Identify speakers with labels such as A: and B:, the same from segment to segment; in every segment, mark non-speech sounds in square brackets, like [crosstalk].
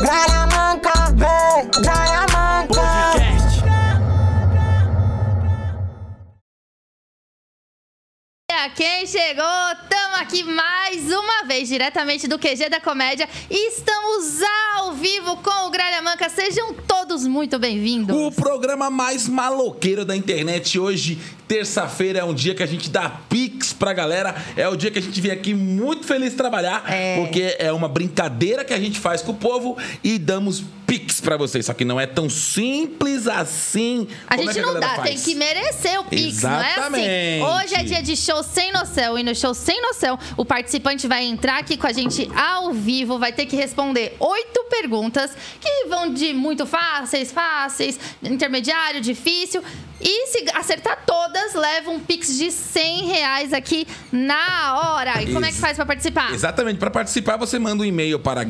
A: Ganha manca, vem, ganha manca.
B: Podcast.
C: a quem chegou, tamo aqui mais uma vez, diretamente do QG da Comédia. E estamos ao vivo com o Gralha Manca. Sejam todos muito bem-vindos.
B: O programa mais maloqueiro da internet hoje, terça-feira, é um dia que a gente dá pix pra galera. É o dia que a gente vem aqui muito feliz trabalhar,
C: É.
B: porque é uma brincadeira que a gente faz com o povo e damos pix pra vocês. Só que não é tão simples assim.
C: A
B: Como é
C: gente
B: que
C: não
B: galera
C: dá,
B: faz?
C: tem que merecer o Pix,
B: Exatamente.
C: não é assim? Hoje é dia de show sem noção e no show sem noção, o participante vai entrar aqui com a gente ao vivo, vai ter que responder oito perguntas que vão de muito fáceis, fáceis, intermediário, difícil. E se acertar todas, leva um Pix de 100 reais aqui na hora. E como é que
B: Ex-
C: faz pra participar?
B: Exatamente. Para participar, você manda um e-mail para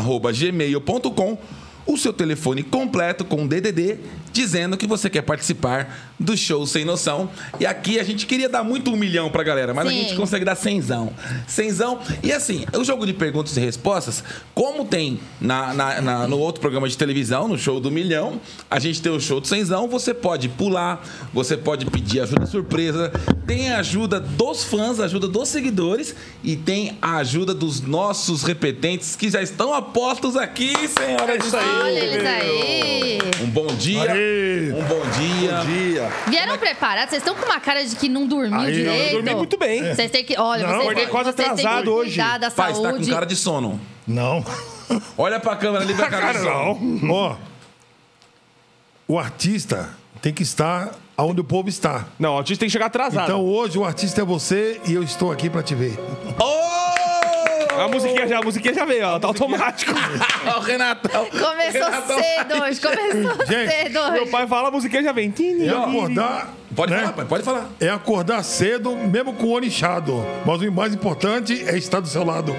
B: gralhamanca.gmail.com o seu telefone completo com DDD, dizendo que você quer participar do show Sem Noção. E aqui a gente queria dar muito um milhão pra galera, mas a
C: Sim.
B: gente consegue dar cenzão. Cenzão. E assim, o jogo de perguntas e respostas, como tem na, na- na- no outro programa de televisão, no show do milhão, a gente tem o show do cenzão, você pode pular, você pode pedir ajuda surpresa, tem a ajuda dos fãs, a ajuda dos seguidores e tem a ajuda dos nossos repetentes que já estão apostos aqui, senhoras e
C: É Olha
B: senhores.
C: eles aí.
B: Um bom dia.
D: Aê.
B: Um bom dia.
D: Bom dia.
C: Vieram preparados? Vocês estão com uma cara de que não dormiu
D: Aí, não, eu
C: direito?
E: dormi muito bem.
C: Vocês têm que. Olha,
D: Não,
C: vocês,
D: acordei
C: têm-
E: quase
C: vocês têm que
E: atrasado
C: cuidar
E: hoje.
B: Pai,
C: Da saúde.
B: você tá com cara de sono.
D: Não.
B: Olha pra câmera ali, vai cara de
D: Cara,
B: sono.
D: não. Ó, o artista tem que estar onde o povo está.
E: Não, o artista tem que chegar atrasado.
D: Então hoje o artista é você e eu estou aqui pra te ver.
B: Oh!
E: a musiquinha já, a musiquinha já veio, ó, tá
C: [laughs]
E: automático.
B: [laughs] Ó, o Renatão.
C: Começou cedo hoje, começou
D: Gente,
C: cedo
E: Meu
C: hoje.
E: pai fala, a musiquinha já vem.
D: É acordar.
B: Pode
D: né?
B: falar, pai, pode falar.
D: É acordar cedo, mesmo com o olho inchado. Mas o mais importante é estar do seu lado.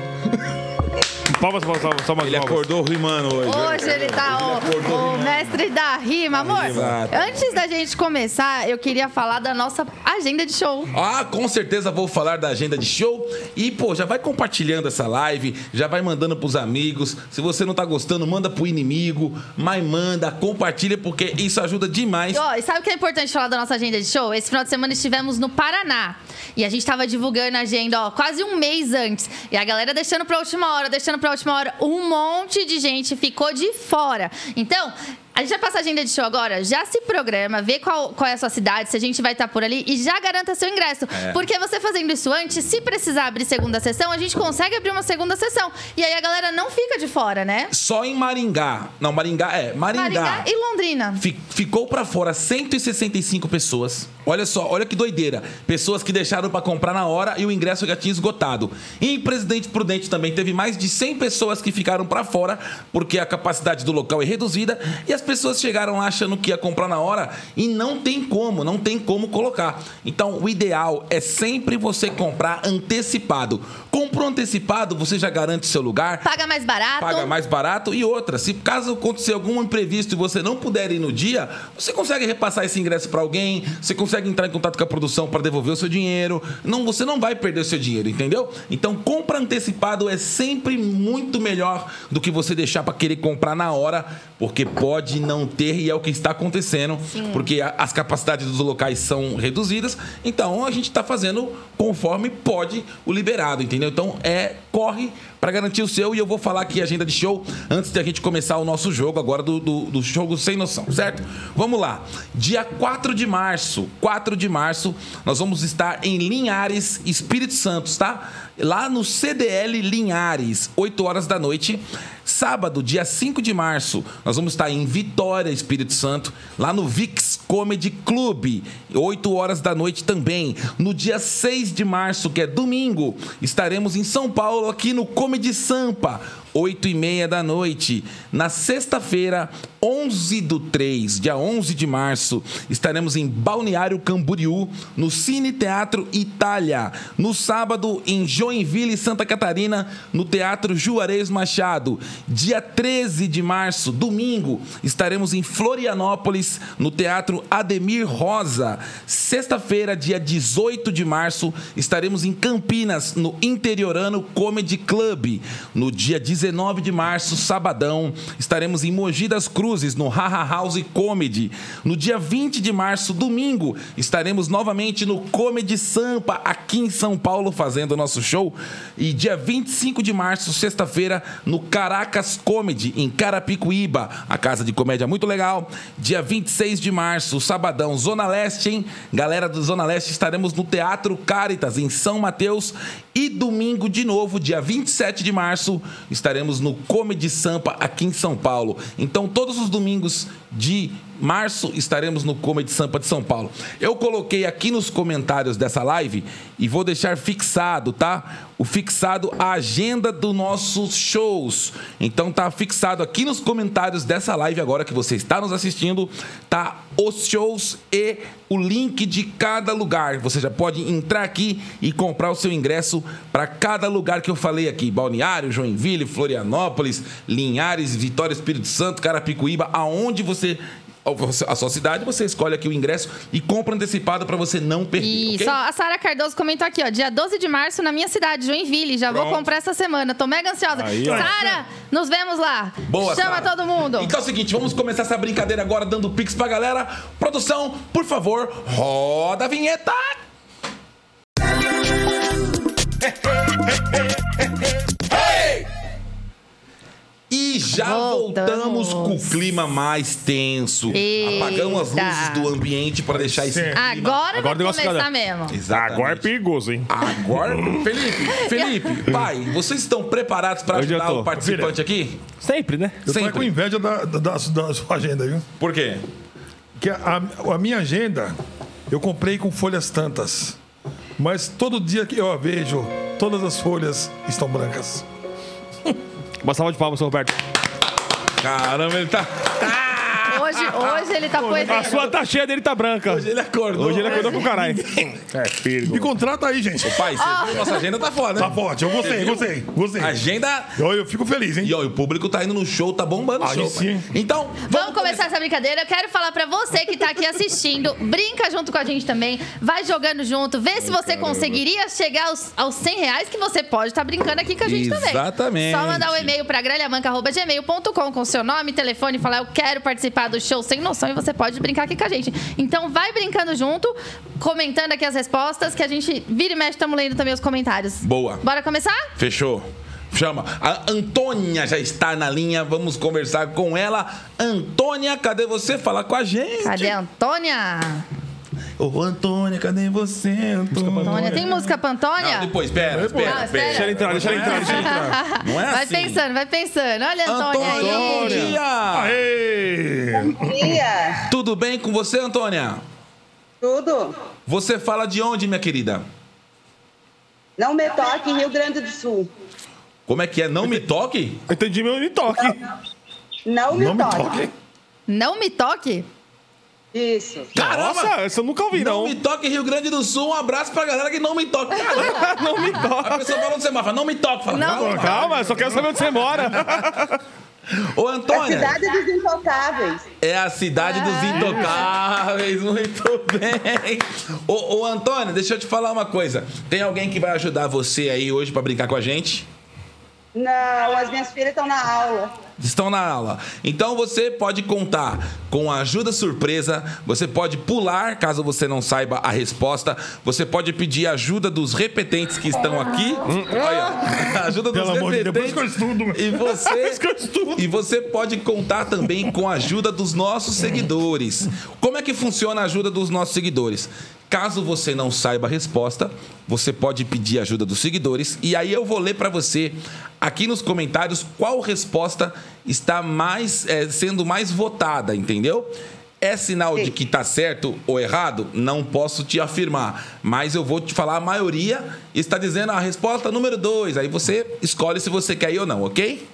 E: Palmas, palmas, palmas, palmas.
B: Ele
E: palmas.
B: acordou rimando hoje.
C: Hoje ele tá o, o mestre da rima, amor.
B: Exato.
C: Antes da gente começar, eu queria falar da nossa agenda de show.
B: Ah, com certeza vou falar da agenda de show. E, pô, já vai compartilhando essa live, já vai mandando pros amigos. Se você não tá gostando, manda pro inimigo, mas manda, compartilha, porque isso ajuda demais.
C: E, ó, e sabe o que é importante falar da nossa agenda de show? Esse final de semana estivemos no Paraná. E a gente tava divulgando a agenda, ó, quase um mês antes. E a galera deixando pra última hora, deixando pra última hora. Um monte de gente ficou de fora. Então. A gente vai passar a agenda de show agora. Já se programa, vê qual, qual é a sua cidade, se a gente vai estar por ali e já garanta seu ingresso. Porque você fazendo isso antes, se precisar abrir segunda sessão, a gente consegue abrir uma segunda sessão. E aí a galera não fica de fora, né?
B: Só em Maringá. Não, Maringá é.
C: Maringá e Londrina.
B: Fi- Ficou pra fora 165 pessoas. Olha só, olha que doideira. Pessoas que deixaram pra comprar na hora e o ingresso já tinha esgotado. E em Presidente Prudente também teve mais de 100 pessoas que ficaram pra fora porque a capacidade do local é reduzida e as pessoas chegaram lá achando que ia comprar na hora e não tem como, não tem como colocar. Então, o ideal é sempre você comprar antecipado. Comprou antecipado, você já garante seu lugar,
C: Paga mais barato.
B: paga mais barato e outra, se caso acontecer algum imprevisto e você não puder ir no dia, você consegue repassar esse ingresso pra alguém, você consegue entrar em contato com a produção pra devolver o seu dinheiro. Não, você não vai perder o seu dinheiro, entendeu? Então, compra antecipado é sempre muito melhor do que você deixar pra querer comprar na hora, porque pode não ter e é o que está acontecendo, porque a- as capacidades dos locais são reduzidas. Então, a gente tá fazendo conforme pode o liberado, entendeu? Então, é corre para garantir o seu. E eu vou falar aqui a agenda de show antes de a gente começar o nosso jogo agora do, do, do jogo sem noção, certo? Vamos lá. Dia 4 de março, 4 de março, nós vamos estar em Linhares, Espírito Santo, tá? Lá no CDL Linhares, 8 horas da noite. Sábado, dia 5 de março, nós vamos estar em Vitória, Espírito Santo, lá no VIX Comedy Club, 8 horas da noite também. No dia 6 de março, que é domingo, estaremos em São Paulo, aqui no Comedy Sampa, 8 e meia da noite. Na sexta-feira, 11 do 3, dia 11 de março, estaremos em Balneário Camboriú, no Cine Teatro Itália. No sábado, em Joinville, Santa Catarina, no Teatro Juarez Machado. Dia 13 de março, domingo, estaremos em Florianópolis, no Teatro Ademir Rosa. Sexta-feira, dia 18 de março, estaremos em Campinas, no Interiorano Comedy Club. No dia 19 de março, sabadão, estaremos em Mogi das Cruzes, no Haha House Comedy. No dia 20 de março, domingo, estaremos novamente no Comedy Sampa, aqui em São Paulo, fazendo o nosso show. E dia 25 de março, sexta-feira, no Caracas Comedy, em Carapicuíba, a casa de comédia muito legal. Dia 26 de março, sabadão, Zona Leste, hein? Galera do Zona Leste, estaremos no Teatro Caritas, em São Mateus. E domingo, de novo, dia 27 de março, estaremos no Comedy Sampa, aqui em São Paulo. Então, todos os domingos de março, estaremos no Comedy Sampa de São Paulo. Eu coloquei aqui nos comentários dessa live e vou deixar fixado, tá? O fixado a agenda dos nossos shows. Então tá fixado aqui nos comentários dessa live agora que você está nos assistindo, tá os shows e o link de cada lugar. Você já pode entrar aqui e comprar o seu ingresso para cada lugar que eu falei aqui: Balneário, Joinville, Florianópolis, Linhares, Vitória, Espírito Santo, Carapicuíba, aonde você a sua cidade, você escolhe aqui o ingresso e compra antecipado para você não perder,
C: E
B: ok?
C: só a Sara Cardoso comentou aqui, ó. Dia 12 de março na minha cidade, Joinville. Já vou
E: Pronto.
C: comprar essa semana. Tô mega ansiosa.
E: Aí, ó.
C: Sara, nos vemos lá.
B: Boa,
C: Chama
B: Sara.
C: todo mundo.
B: Então é o seguinte, vamos começar essa brincadeira agora dando pix pra galera. Produção, por favor, roda a vinheta! E já voltamos.
C: Voltamos.
B: com o clima mais tenso.
C: Eita.
B: Apagamos as luzes do ambiente para deixar esse clima.
C: Agora,
E: Agora o
C: vai
E: negócio
C: começar
E: fica-
C: mesmo.
B: Exatamente.
E: Agora é perigoso, hein?
B: Agora, Felipe, Felipe, pai, vocês estão preparados para
E: Eu já
B: ajudar
E: tô.
B: o participante aqui?
E: Sempre, né?
D: Eu tô
B: Sempre.
D: com inveja da, da, da- da sua agenda, viu?
B: Por quê?
D: Que a, a minha agenda eu comprei com folhas tantas. Mas todo dia que eu a vejo, todas as folhas estão brancas.
E: Uma salva de palmas, seu Roberto.
B: Caramba, ele tá.
C: Hoje, hoje ele tá
E: A
C: poedendo.
E: sua tá cheia dele tá branca. Hoje
B: Ele acordou.
E: ele acordou com o caralho. É, perigo.
D: Me contrata aí, gente.
B: Pai, você viu? nossa agenda tá foda,
D: Tá
B: né?
D: forte, eu gostei, gostei, gostei.
B: Agenda.
D: Eu, eu fico feliz, hein?
B: E ó, e o público tá indo no show, tá bombando o
D: Aí
B: show.
D: sim.
B: pai. Então,
C: Vamos começar essa brincadeira. Eu quero falar pra você que tá aqui assistindo. Brinca junto com a gente também. Vai jogando junto. Vê se você conseguiria chegar aos, aos 100 reais que você pode estar brincando aqui com a gente também.
B: Exatamente.
C: Só mandar um e-mail pra gralhamanca.gmail.com com seu nome, telefone, falar eu quero participar do show sem noção e você pode brincar aqui com a gente. Então vai brincando junto, comentando aqui as respostas que a gente vira e mexe, estamos lendo também os comentários.
B: Boa.
C: Bora começar?
B: Fechou. Chama. A Antônia já está na linha. Vamos conversar com ela. Antônia, cadê você? Fala com a gente.
C: Cadê a Antônia?
B: Ô, Antônia, cadê você, Antônia?
C: Antônia, tem música pra Antônia?
B: Não, depois, pera,
C: Não,
B: espera,
C: espera.
E: Deixa ele
B: espera.
E: entrar, deixa ele entrar, deixa ele entrar.
B: Não é
C: Vai
B: assim.
C: pensando, vai pensando.
F: tá
C: Olha a Antônia, aí.
B: Antônia!
D: Aê!
F: dia,
B: Tudo bem com você, Antônia?
F: tudo.
B: Você fala de onde, minha querida?
F: Não me toque, Rio Grande do Sul.
B: Como é que é? Não me toque?
E: Eu Entendi meu toque.
F: Não me
D: Não me
F: toque.
D: toque.
C: Não me toque?
F: Isso.
B: Caramba!
E: Nossa, essa eu nunca ouvi,
B: Não
E: não.
B: me toque, Rio Grande do Sul. Um abraço pra galera que não me toque. Caramba,
E: Não me
B: a
E: toque.
B: pessoa falando você fala, não me toque. Fala,
C: Não.
B: "Fala, fala."
E: Calma, eu só quero saber onde você mora.
B: Ô,
F: A
B: Antônia,
F: cidade Ah. dos É intocáveis.
B: é a cidade dos intocáveis. Muito bem. Ô, ô, Antônia, deixa eu te falar uma coisa. Tem alguém que vai ajudar você aí hoje pra brincar com a gente?
F: Não, as minhas filhas estão na aula.
B: Estão na aula. Então você pode contar com a ajuda surpresa, você pode pular, caso você não saiba a resposta, você pode pedir ajuda dos repetentes que estão aqui. Olha, [laughs] ajuda dos
D: Hum, Pelo amor de Deus,
B: repetentes.
D: depois que eu estudo.
B: [laughs] E você, e você pode contar também com a ajuda dos nossos seguidores. Como é que funciona a ajuda dos nossos seguidores? Caso você não saiba a resposta, você pode pedir a ajuda dos seguidores e aí eu vou ler para você aqui nos comentários qual resposta está mais eh, sendo mais votada, entendeu? É sinal de que tá certo ou errado? Não posso te afirmar, mas eu vou te falar a maioria está dizendo a resposta número 2. Aí você escolhe se você quer ir ou não, ok?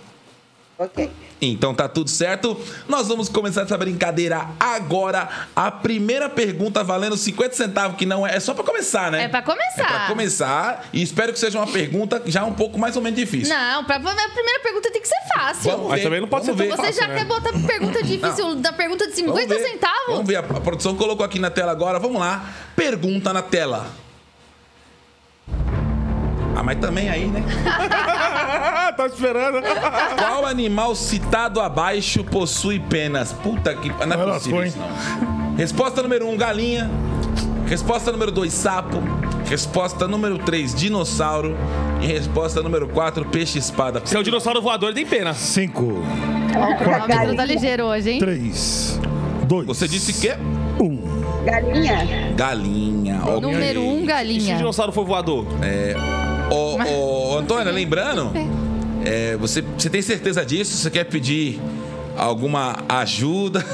F: Ok.
B: Então tá tudo certo. Nós vamos começar essa brincadeira agora. A primeira pergunta valendo 50 centavos, que não é. É só pra começar, né?
C: É pra começar.
B: É pra começar. E espero que seja uma pergunta já um pouco mais ou menos difícil.
C: Não, pra, a primeira pergunta tem que ser fácil.
B: Vamos
E: Mas também não pode
B: vamos
E: ser
B: ver.
E: tão
C: Você já
E: fácil,
C: quer
E: né?
C: botar pergunta difícil da pergunta de
B: Vamos
C: 50
B: ver.
C: centavos?
B: Vamos ver, a a produção colocou aqui na tela agora. Vamos lá. Pergunta na tela. Ah, mas também aí,
C: [laughs]
B: né?
E: [laughs] tá esperando.
B: Qual animal citado abaixo possui penas? Puta que. Não é
D: Ela
B: possível
D: foi.
B: isso, não. Resposta número 1, um, galinha. Resposta número 2, sapo. Resposta número 3, dinossauro. E resposta número 4, peixe-espada.
E: Se é um dinossauro voador, tem pena.
D: 5,
C: Ó, o cronômetro tá
F: Galinha.
C: ligeiro hoje, hein?
D: 3, 2.
B: Você disse que? é
D: 1.
F: Galinha.
B: Galinha. ok.
C: Número 1, um,
E: E se o
C: galinha.
E: dinossauro for voador?
B: Ô, ô, Antônia, lembrando, é, você, você tem certeza disso? Você quer pedir alguma ajuda?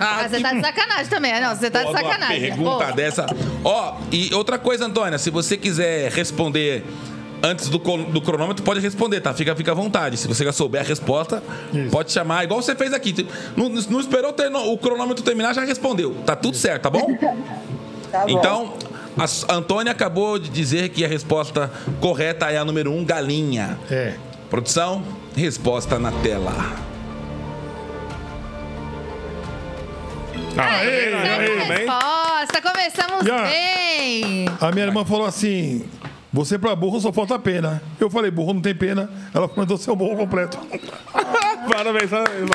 C: Ah, você tá de sacanagem também. Não, você tá de
B: Logo uma
C: sacanagem.
B: Pergunta
C: Pô,
B: dessa. Ó, e outra coisa, Antônia, se você quiser responder antes do, col- do cronômetro, pode responder, tá? Fica, fica à vontade. Se você já souber a resposta, pode chamar, igual você fez aqui. Não, não esperou ter- não, o cronômetro terminar, já respondeu. Tá tudo certo, tá bom?
F: Tá bom.
B: Então, a S- a Antônia acabou de dizer que a resposta correta é a número 1, um, galinha.
D: É.
B: Produção, resposta na tela.
E: Aê,
C: certa
E: aê, bem.
C: resposta. Começamos
D: Yeah.
C: bem.
D: A minha irmã falou assim: Você pra burro só falta pena. Eu falei: Burro não tem pena. Ela falou: Então seu burro completo.
E: Parabéns, parabéns.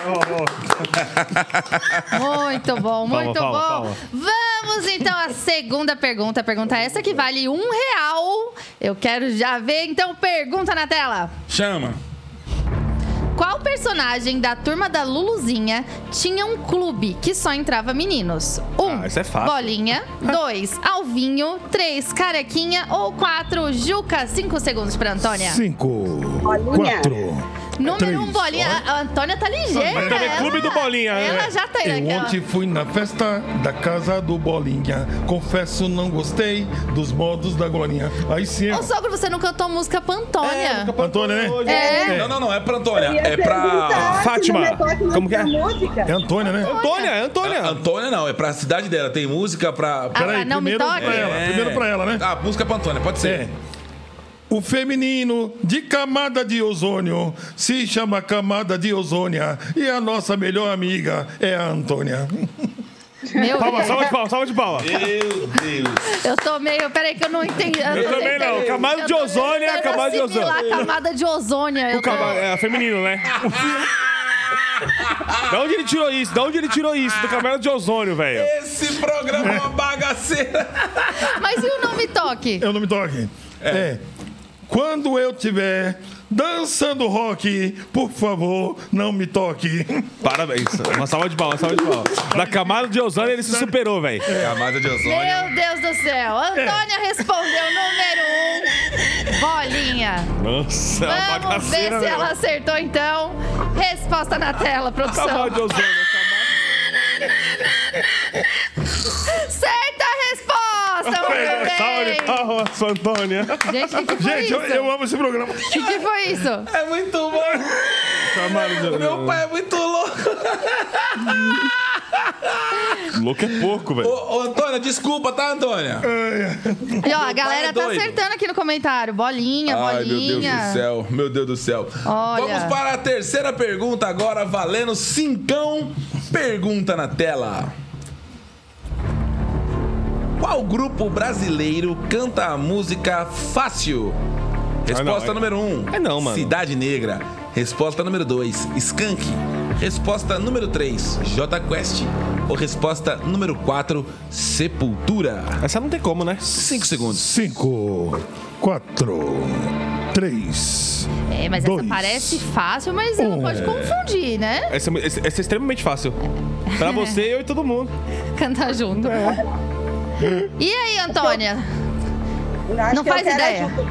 E: ó, ó.
C: Muito bom, muito
E: palma,
C: bom.
E: palma.
C: Vamos então à segunda pergunta. Pergunta essa que vale um real. Eu quero já ver, então, pergunta na tela.
B: Chama.
C: Qual personagem da turma da Luluzinha tinha um clube que só entrava meninos? Um,
E: Ah, isso é fácil. [laughs]
C: Bolinha. dois, Alvinho. Três, Carequinha. Ou quatro, Juca. Cinco segundos pra Antônia.
D: 5,
F: Bolinha.
D: 4.
C: Número
D: três.
C: um, Bolinha. A a Antônia tá
E: Mas
C: ligeira.
E: também
C: ela-
E: clube do Bolinha, né?
C: Ela já tá
D: Eu
C: naquela.
D: ontem fui na festa da casa do Bolinha. Confesso, não gostei dos modos da Glorinha. Aí é sim.
C: Ô, sogro, você não cantou música pra Antônia.
D: Antônia, né?
C: É.
B: Não, não, não, é pra Antônia.
F: Eu ia
B: É pra.
F: perguntar se
E: Fátima.
F: não é toque mais
E: Como que é?
F: pra Música.
D: É Antônia, né?
E: Antônia, é Antônia.
B: Antônia. não, é pra cidade dela. Tem música pra.
C: Ah,
D: Peraí,
C: não me
D: primeiro
C: toque.
D: pra ela.
B: É.
D: Primeiro pra ela, né?
B: Ah, música pra Antônia, pode ser.
D: É. O feminino de camada de ozônio se chama camada de ozônia e a nossa melhor amiga é a
B: [laughs]
D: Antônia.
C: Meu
E: é. Palma,
C: Deus.
E: salva de palma, salva de palma.
B: Meu Deus.
C: Eu tô meio. Peraí, que eu não entendi. Eu, tô
E: também não.
C: tentando-
E: Camada
C: eu
E: de
C: tô
E: ozônio é
C: tentando
E: camada de
C: assimilar
E: ozônio.
C: a camada de ozônio. Eu
E: O cavalo,
C: tô...
E: é feminino, né? da onde ele tirou isso? Da onde ele tirou isso? Do camelo de ozônio, velho.
B: Esse programa é uma bagaceira.
C: Mas e o nome toque?
D: Eu não me toque. É. Quando eu tiver dançando rock, por favor, não me toque.
E: Parabéns. Uma salva de palma, uma salva de palma. Da camada de ozônio ele se superou, velho.
B: Camada de ozônio.
C: Meu Deus do céu.
E: É.
C: Antônia respondeu número um. Bolinha.
E: Nossa, é uma
C: Vamos ver
E: bagaceira,
C: se
E: velho.
C: ela acertou então. Resposta na tela,
E: Camada
C: produção.
E: de ozônio.
C: Certa resposta!
E: Tá Salva
C: Muito
E: de
C: bem.
E: palma, sua Antônia.
C: Gente, o que, que foi
D: Gente,
C: isso?
D: eu, eu amo esse programa.
C: O que foi isso?
B: É muito bom.
E: Camada de
B: Meu
E: ozônio.
B: pai é muito louco.
E: Louco é pouco,
B: Ô,
E: velho.
B: ô, Antônia, desculpa, tá, Antônia?
C: E, ó, a galera
B: é
C: tá
B: doido.
C: acertando aqui no comentário. Bolinha,
B: Ai, meu Deus
C: bolinha.
B: do céu, meu Deus do céu.
C: Olha.
B: Vamos para a terceira pergunta agora, valendo cincão. Pergunta na tela. Qual grupo brasileiro canta a música Fácil? Resposta
E: é-
B: número 1. Um,
E: é não, mano.
B: Cidade Negra. Resposta número 2. Skank. Resposta número 3. J Quest. Ou resposta número 4. Sepultura.
E: Essa não tem como, né?
B: 5 segundos.
D: 5, 4, 3.
C: É, mas
D: Dois.
C: essa parece fácil, mas ela
D: Um.
E: É.
C: pode confundir, né? [laughs]
E: Essa, é- essa- essa é extremamente fácil. Pra você, eu e todo mundo.
C: Cantar junto.
E: É.
C: E aí, Antônia?
F: Acho
C: Não
F: que eu
C: faz
F: quero
C: ideia.
F: ajuda.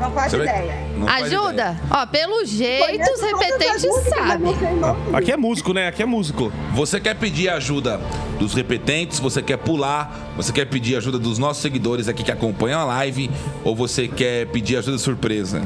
F: Não faz
B: Você vai-
F: ideia.
B: Não faz
C: Ajuda?
B: ideia.
C: Ó, pelo jeito, os
F: Conheço todas as
C: repetentes
F: músicas, né, mas
C: sabem.
F: não sei o nome.
E: Aqui é músico, né? Aqui é músico.
B: Você quer pedir ajuda dos repetentes, você quer pular, você quer pedir ajuda dos nossos seguidores aqui que acompanham a live, ou você quer pedir ajuda surpresa?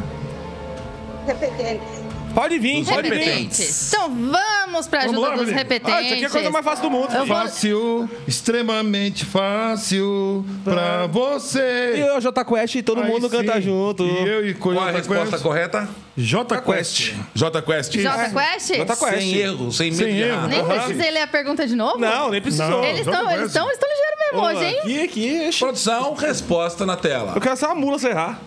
F: Repetentes.
E: Pode vir, pode vir.
C: Repetentes. Então vamos pra ajuda
D: Vamos lá,
C: dos
D: menino.
E: Ah, isso aqui é a
C: repetentes.
E: coisa mais fácil do mundo.
C: Eu vou-
D: Fácil, extremamente fácil pra
E: E
D: você.
E: o Jota Quest e todo
D: Aí
E: mundo canta
D: sim.
E: junto.
D: E eu e
B: Qual é a resposta
D: Quest.
B: correta?
D: J Quest.
B: J Quest.
C: Jota Quest?
E: É. Jota Quest.
B: Sem erro, sem medo.
D: Sem
B: de
D: erro.
B: errar.
C: Nem
D: Aham.
C: precisei ler a pergunta de novo?
E: Não, nem precisou.
D: Não.
C: Eles
D: Jota
C: estão eles
D: Quest.
C: tão, eles tão ligeiros mesmo
E: Pô,
C: hoje, hein?
E: Aqui, aqui. oxi.
B: Produção, resposta na tela.
E: Eu quero ser uma mula sem errar.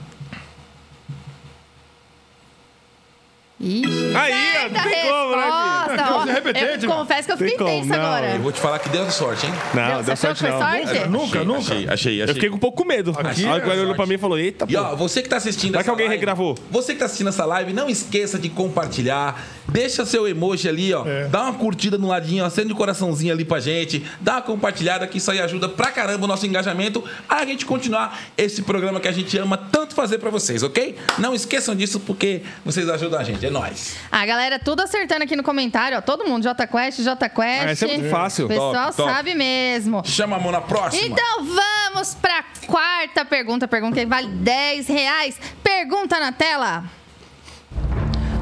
C: Ih,
E: Aí, ó, não tem como, né, filho?
C: resposta, ó.
D: Você é repetente,
C: Eu
D: mano.
C: confesso que eu
E: Tem
C: fiquei
E: como,
C: tensa
E: não.
B: Eu
C: agora.
B: vou te falar que deu sorte, hein?
E: Não,
C: Deus,
E: deu
C: você achou
E: sorte
C: que foi
E: não.
C: sorte?
D: Nunca, nunca.
G: Achei, achei,
E: Eu
G: achei.
E: fiquei com um pouco medo.
D: Aqui
E: Aí
D: é
E: o cara olhou pra mim e falou, eita,
B: E
E: pô.
B: ó, você que tá assistindo
E: Vai
B: essa
E: que alguém
B: live,
E: regravou.
B: Você que tá assistindo essa live, não esqueça de compartilhar. Deixa seu emoji ali, ó.
D: É.
B: Dá uma curtida no ladinho, ó, acende o coraçãozinho ali pra gente. Dá uma compartilhada que isso aí ajuda pra caramba o nosso engajamento a gente continuar esse programa que a gente ama tanto fazer pra vocês, ok? Não esqueçam disso porque vocês ajudam a gente. É nóis.
C: A galera tudo acertando aqui no comentário, ó. Todo mundo, Jota Quest, Jota Quest.
E: Ah, esse é muito fácil.
C: O pessoal
B: Top, top.
C: sabe mesmo.
B: Chama a mão na próxima.
C: Então vamos pra quarta pergunta. Pergunta que vale 10 reais. Pergunta na tela.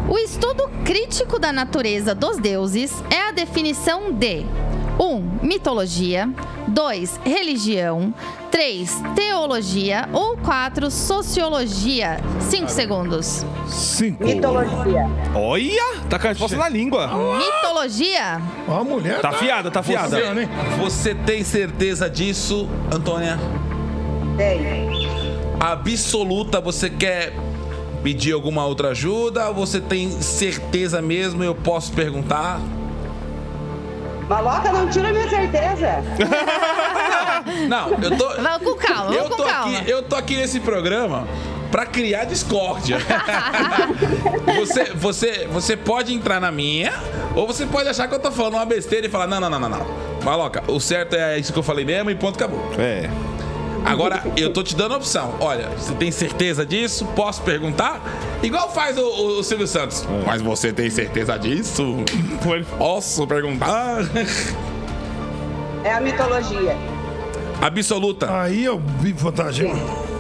C: O estudo crítico da natureza dos deuses é a definição de 1. mitologia 2. Religião 3. Teologia ou 4. Sociologia 5 segundos.
E: Cinco.
F: Mitologia.
E: Olha, tá com a resposta na língua.
C: Mitologia?
D: Ó, A mulher
E: Tá fiada, tá fiada.
D: é Você, né?
B: Você tem certeza disso, Antônia?
F: Tem.
B: absoluta, você quer pedir alguma outra ajuda? Ou você tem certeza mesmo? Eu posso perguntar?
F: Maloca, não tira minha certeza.
B: Não, eu tô.
C: [laughs] Vamos com calma,
B: eu
C: vamos
B: tô
C: com calma.
B: aqui, eu tô aqui nesse programa pra criar
C: [laughs]
B: discórdia. você, você, você pode entrar na minha, ou você pode achar que eu tô falando uma besteira e falar: não, não, não, não, não. Maloca, o certo é isso que eu falei mesmo e ponto acabou.
E: É.
B: Agora, eu tô te dando a opção. Olha, você tem certeza disso? Posso perguntar? Igual faz o, o- o Silvio Santos.
D: É.
B: Mas você tem certeza disso? Posso perguntar?
D: Ah.
F: É a mitologia.
B: Absoluta.
D: Aí eu vi vantagem.
B: O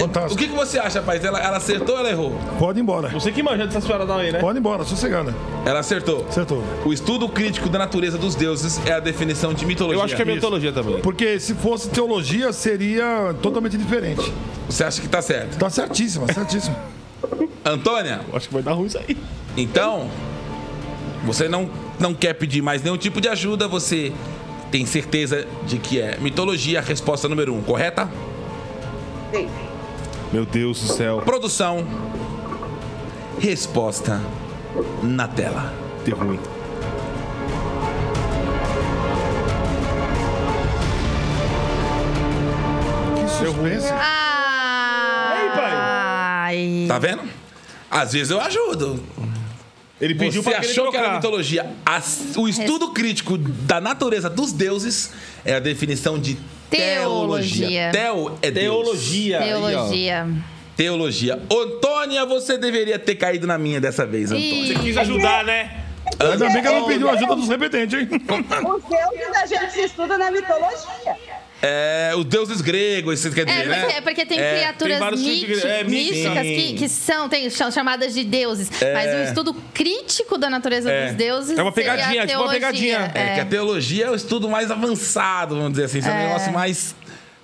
D: Fantástico.
B: que, que você acha, rapaz? Ela, ela acertou ou ela errou?
D: Pode ir embora.
E: Você que manja dessas piadas aí, né?
D: Pode ir embora, sossegada.
B: Ela acertou.
D: Acertou.
B: O estudo crítico da natureza dos deuses é a definição de mitologia.
E: Eu acho que é mitologia também.
D: Porque se fosse teologia, seria totalmente diferente.
B: Você acha que tá certo?
D: Tá certíssima, certíssima.
B: Antônia,
E: Acho que vai dar ruim isso aí.
B: então. Você não, não quer pedir mais nenhum tipo de ajuda, você tem certeza de que é mitologia a resposta número um, correta?
F: Sim.
E: Meu Deus do céu.
B: Produção. Resposta na tela.
E: Deu ruim.
D: Que suspense.
C: Ah!
E: Ei, pai.
C: Ai.
B: Tá vendo? Às vezes eu ajudo.
E: Ele pediu
B: Você
E: pra aquele
B: achou que era
E: trocar.
B: mitologia. As- o estudo crítico da natureza dos deuses é a definição de teologia.
C: Teologia.
B: Teo é Deus.
E: Teologia. aí, ó.
C: Teologia.
B: Teologia. Antônia, você deveria ter caído na minha dessa vez, Antônia.
C: Ih,
E: Quis ajudar, né?
D: Ainda bem que ela não pediu ajuda dos repetentes, hein?
F: Os deuses a gente se estuda na mitologia.
B: É, os deuses gregos, você quer
C: É,
B: dizer, né?
C: porque, é porque tem criaturas
E: vários
C: míti-
E: tipos de- é,
C: místicas
E: sim.
C: que, que são, tem, são chamadas de deuses. Mas o estudo crítico da natureza
B: É.
C: dos deuses.
E: É uma
C: seria a
E: pegadinha, é tipo uma
C: teologia.
E: pegadinha.
B: É, que a teologia é o estudo mais avançado, vamos dizer assim. Esse é, um negócio mais.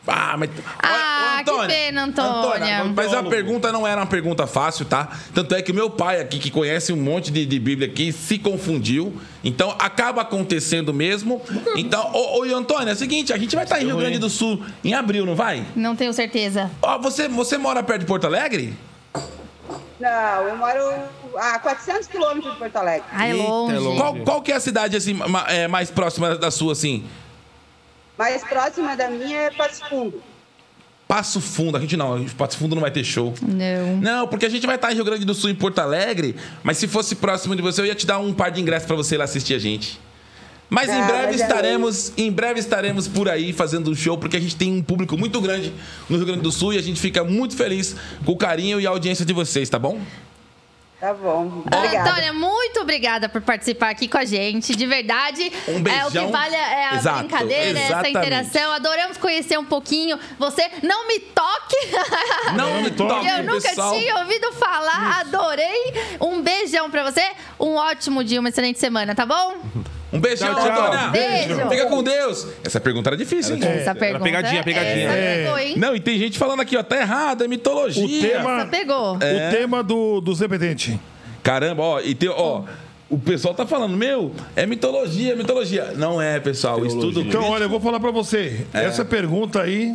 B: Ah, mas.
C: Ah,
B: Ô, Antônia,
C: que pena, Antônia.
B: Mas a pergunta não era uma pergunta fácil, tá? Tanto é que meu pai aqui, que conhece um monte de, de Bíblia aqui, se confundiu. Então, acaba acontecendo mesmo. Então, ô, ô e Antônia, é o seguinte, a gente vai estar em Rio Grande do Sul em abril, não vai?
C: Não tenho certeza.
B: Ó, você, você mora perto de Porto Alegre?
F: Não, eu moro a 400 quilômetros de Porto Alegre.
C: Ai,
E: Eita,
C: Ah, longe.
E: é longe.
B: Qual, qual que é a cidade assim, ma- é, mais próxima da sua, assim?
F: Mais próxima da minha é Passo Fundo.
B: Passo Fundo, a gente não, Passo Fundo não vai ter show.
C: Não.
B: Não, porque a gente vai estar em Rio Grande do Sul em Porto Alegre, mas se fosse próximo de você, eu ia te dar um par de ingressos pra você ir lá assistir a gente. Mas em
F: Ah,
B: breve
F: mas é
B: estaremos, em breve estaremos por aí fazendo um show, porque a gente tem um público muito grande no Rio Grande do Sul e a gente fica muito feliz com o carinho e a audiência de vocês, tá bom?
F: Tá bom. Obrigada.
C: Antônia, muito obrigada por participar aqui com a gente, de verdade.
B: Um
C: É o que
B: beijão.
C: vale é a
B: Exato,
C: brincadeira, essa
B: exatamente.
C: interação. Adoramos conhecer um pouquinho. Você não me toque.
B: Não me toque,
C: Eu nunca
B: pessoal.
C: tinha ouvido falar, adorei. Um beijão pra você, um ótimo dia, uma excelente semana, tá bom?
B: Um beijão,
G: Tchau, tchau.
B: Antônia.
C: Beijo.
B: Fica com Deus. Essa pergunta É, era difícil, hein?
C: Essa pergunta.
E: pegadinha, pegadinha.
C: Essa
G: É.
C: pegou, hein?
B: Não, e tem gente falando aqui, ó, tá errado, é mitologia.
G: O tema-
C: Essa pegou.
G: O tema do, dos repetentes.
B: Caramba, ó, e tem,
C: Hum.
B: ó, o pessoal tá falando, meu, é mitologia, é mitologia. Não é, pessoal, o estudo
G: Então, olha, eu vou falar pra você. Essa pergunta aí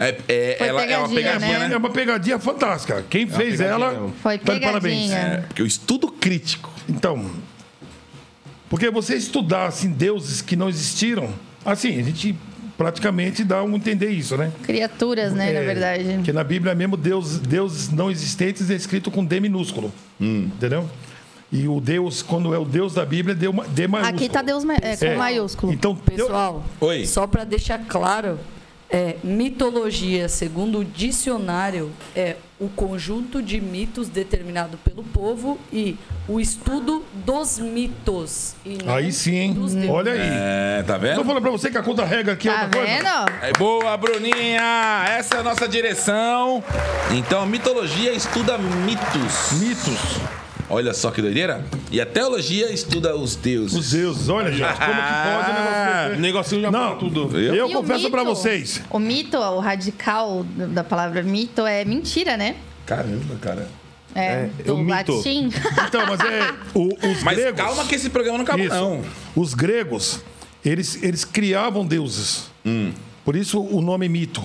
B: é, é-
C: Foi
B: ela é uma
C: pegadinha,
B: pegadinha,
C: né?
B: né?
G: é uma pegadinha fantástica. Quem fez
E: pegadinha
G: ela.
E: mesmo.
C: Foi
G: tá de parabéns.
C: pegadinha.
B: Porque o estudo crítico.
G: Então, porque você estudar assim deuses que não existiram, assim, a gente praticamente dá um entender isso, né?
C: Criaturas, né, na
G: É,
C: verdade.
G: Que na Bíblia mesmo Deus, deuses não existentes é escrito com D minúsculo. Entendeu? E o Deus, quando é o Deus da Bíblia, é D ma- D maiúsculo.
H: Aqui tá Deus ma- é, com
G: É.
H: maiúsculo.
G: Então,
I: Pessoal,
B: Oi.
I: só para deixar claro, é, mitologia, segundo o dicionário, é o conjunto de mitos determinado pelo povo e o estudo dos mitos. e não
G: Aí sim, hein?
I: dos deuses.
G: Olha aí.
B: É, tá
G: Eu
B: vendo?
G: Tô falando pra você que a conta regra aqui é
C: Tá
G: outra coisa.
C: vendo?
B: É boa, Bruninha! Essa é a nossa direção. Então, mitologia estuda mitos. Mitos. Olha só que doideira. E a teologia estuda os deuses.
G: Os deuses, olha, gente, como que pode o
B: Ah,
G: negócio
E: O
G: desse?
E: negocinho
B: tá
E: já
G: Não,
E: foi tudo.
G: Eu,
C: E o
G: confesso
C: mito?
G: pra vocês.
C: O mito, o radical da palavra mito é mentira, né?
B: Caramba, cara.
C: É,
E: É,
C: do
E: o mito.
C: latim. [laughs]
G: Então, mas é. o-
B: [laughs]
G: os
B: Mas
G: gregos,
B: calma que esse programa não acabou,
G: Isso.
B: não.
G: Os gregos, eles, eles criavam deuses. Por isso o nome mito.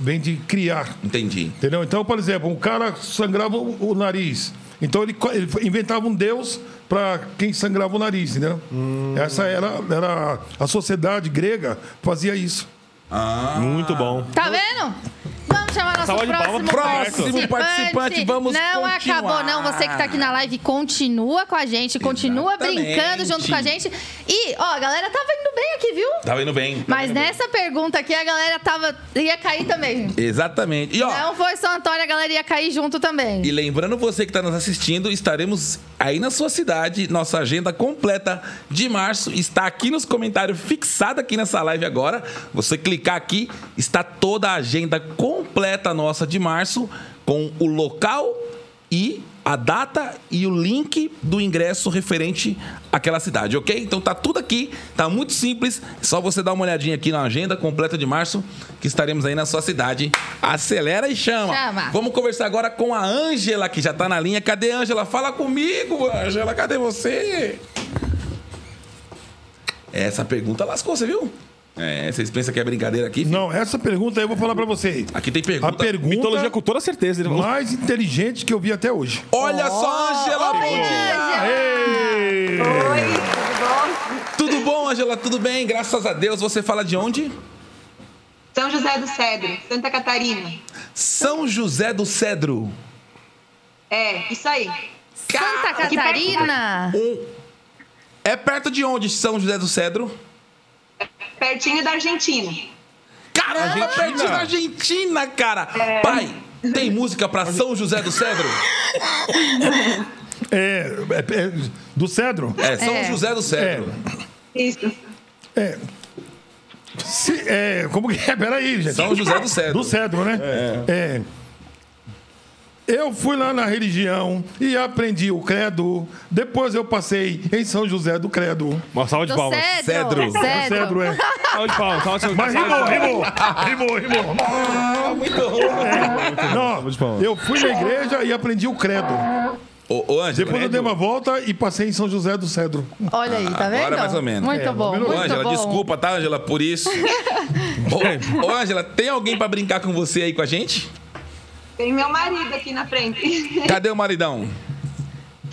G: Vem de criar.
B: Entendi.
G: Entendeu? Então, por exemplo, um cara sangrava o, o nariz. Então ele, co- ele inventava um deus para quem sangrava o nariz, entendeu? Essa era, era a sociedade grega fazia isso.
E: Muito bom.
C: Tá vendo? Vamos chamar nosso
E: Salva de
C: próximo,
E: palmas pro
B: próximo participante, vamos
C: Não
B: continuar.
C: acabou, não. Você que tá aqui na live, continua com a gente, continua
B: Exatamente.
C: brincando junto com a gente. E, ó, a galera tava indo bem aqui, viu?
B: Tava indo bem. tava
C: Mas né?
B: indo bem.
C: nessa pergunta aqui, a galera tava. ia cair também.
B: Exatamente. E ó,
C: Não foi só Antônio, a galera ia cair junto também.
B: E lembrando você que está nos assistindo, estaremos aí na sua cidade. Nossa agenda completa de março está aqui nos comentários, fixada aqui nessa live agora. Você clicar aqui, está toda a agenda completa nossa de março, com o local e a data e o link do ingresso referente àquela cidade, ok? Então tá tudo aqui, tá muito simples. É só você dar uma olhadinha aqui na agenda completa de março, que estaremos aí na sua cidade. Acelera e chama.
C: Chama.
B: Vamos conversar agora com a Ângela, que já tá na linha. Cadê Ângela? Fala comigo, Ângela. Cadê você? Essa pergunta lascou, você viu? É, vocês pensam que é brincadeira aqui? filho?
G: Não, essa pergunta aí eu vou falar para você.
B: Aqui tem
G: A
B: pergunta.
G: pergunta
E: Mitologia com toda certeza. Ele falou.
G: mais inteligente que eu vi até hoje.
B: Olha só, Ângela, bom dia!
F: Oi, tudo bom?
B: Tudo bom, Ângela? Tudo bem? Graças a Deus. Você fala de onde?
F: São José do Cedro, Santa Catarina.
B: São José do Cedro.
F: É, isso aí.
C: Santa
F: que
C: Catarina!
B: É perto de onde São José do Cedro?
F: Pertinho da Argentina.
B: Caramba, pertinho da Argentina, cara! Pai, tem música pra São José do Cedro?
G: É, é, é, do Cedro?
B: É, São
C: É.
B: José do Cedro.
F: Isso.
G: É. Se- é, como que é? Peraí, gente.
B: São José do Cedro.
G: Do Cedro, né? É. Eu fui lá na religião e aprendi o credo. Depois eu passei em São José do Credo.
E: Uma salva de
C: Do
E: palmas.
B: Cedro.
C: Cedro!
G: Cedro, é.
E: Salva de palmas. Salva de
G: Mas
E: palmas.
G: rimou, rimou. Rimou, rimou.
B: Ah,
G: É.
E: de
G: Não,
E: palmas.
G: eu fui na igreja e aprendi o credo.
B: Ô, ô, Ângela.
G: Depois eu dei uma volta e passei em São José do Cedro.
C: Olha aí, tá vendo?
B: Agora mais ou menos.
C: Muito
G: É,
C: bom,
G: melhorou.
B: Ô,
C: muito
B: Ângela,
C: bom.
B: desculpa, tá, Ângela, por
G: [laughs]
B: isso. Ô, ô, Ângela, tem alguém pra brincar com você aí com a gente?
F: Tem meu marido aqui na frente. [laughs]
B: Cadê o maridão?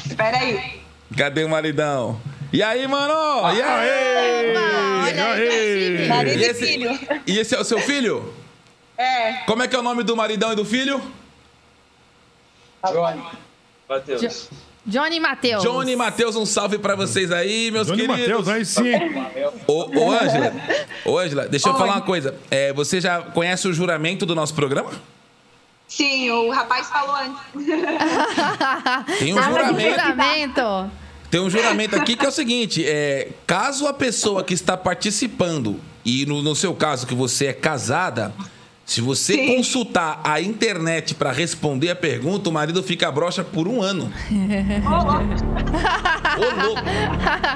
F: Espera aí.
B: Cadê o maridão? E aí, mano? E aí?
C: Opa, Ah, olha aí,
G: Aê!
C: tá chique.
F: Marido
B: E
F: e,
B: esse-
F: filho.
B: E esse é o seu filho?
F: É.
B: Como é que é o nome do maridão e do filho?
J: Matheus.
C: Johnny e Matheus.
B: Johnny
C: [laughs]
B: e Matheus, um salve pra vocês aí, meus
G: Johnny
B: queridos.
G: Matheus, aí sim.
B: Ô, ô, Ângela, ô, Ângela, deixa eu falar uma coisa. É, você já conhece o juramento do nosso programa?
F: Sim, o rapaz falou antes.
B: Tem um
C: Ah, mas o
B: juramento.
C: juramento.
B: Tem um juramento aqui que é o seguinte: é, caso a pessoa que está participando, e no, no seu caso que você é casada, se você
F: Sim.
B: consultar a internet para responder a pergunta, o marido fica broxa por um ano. Ô, louco.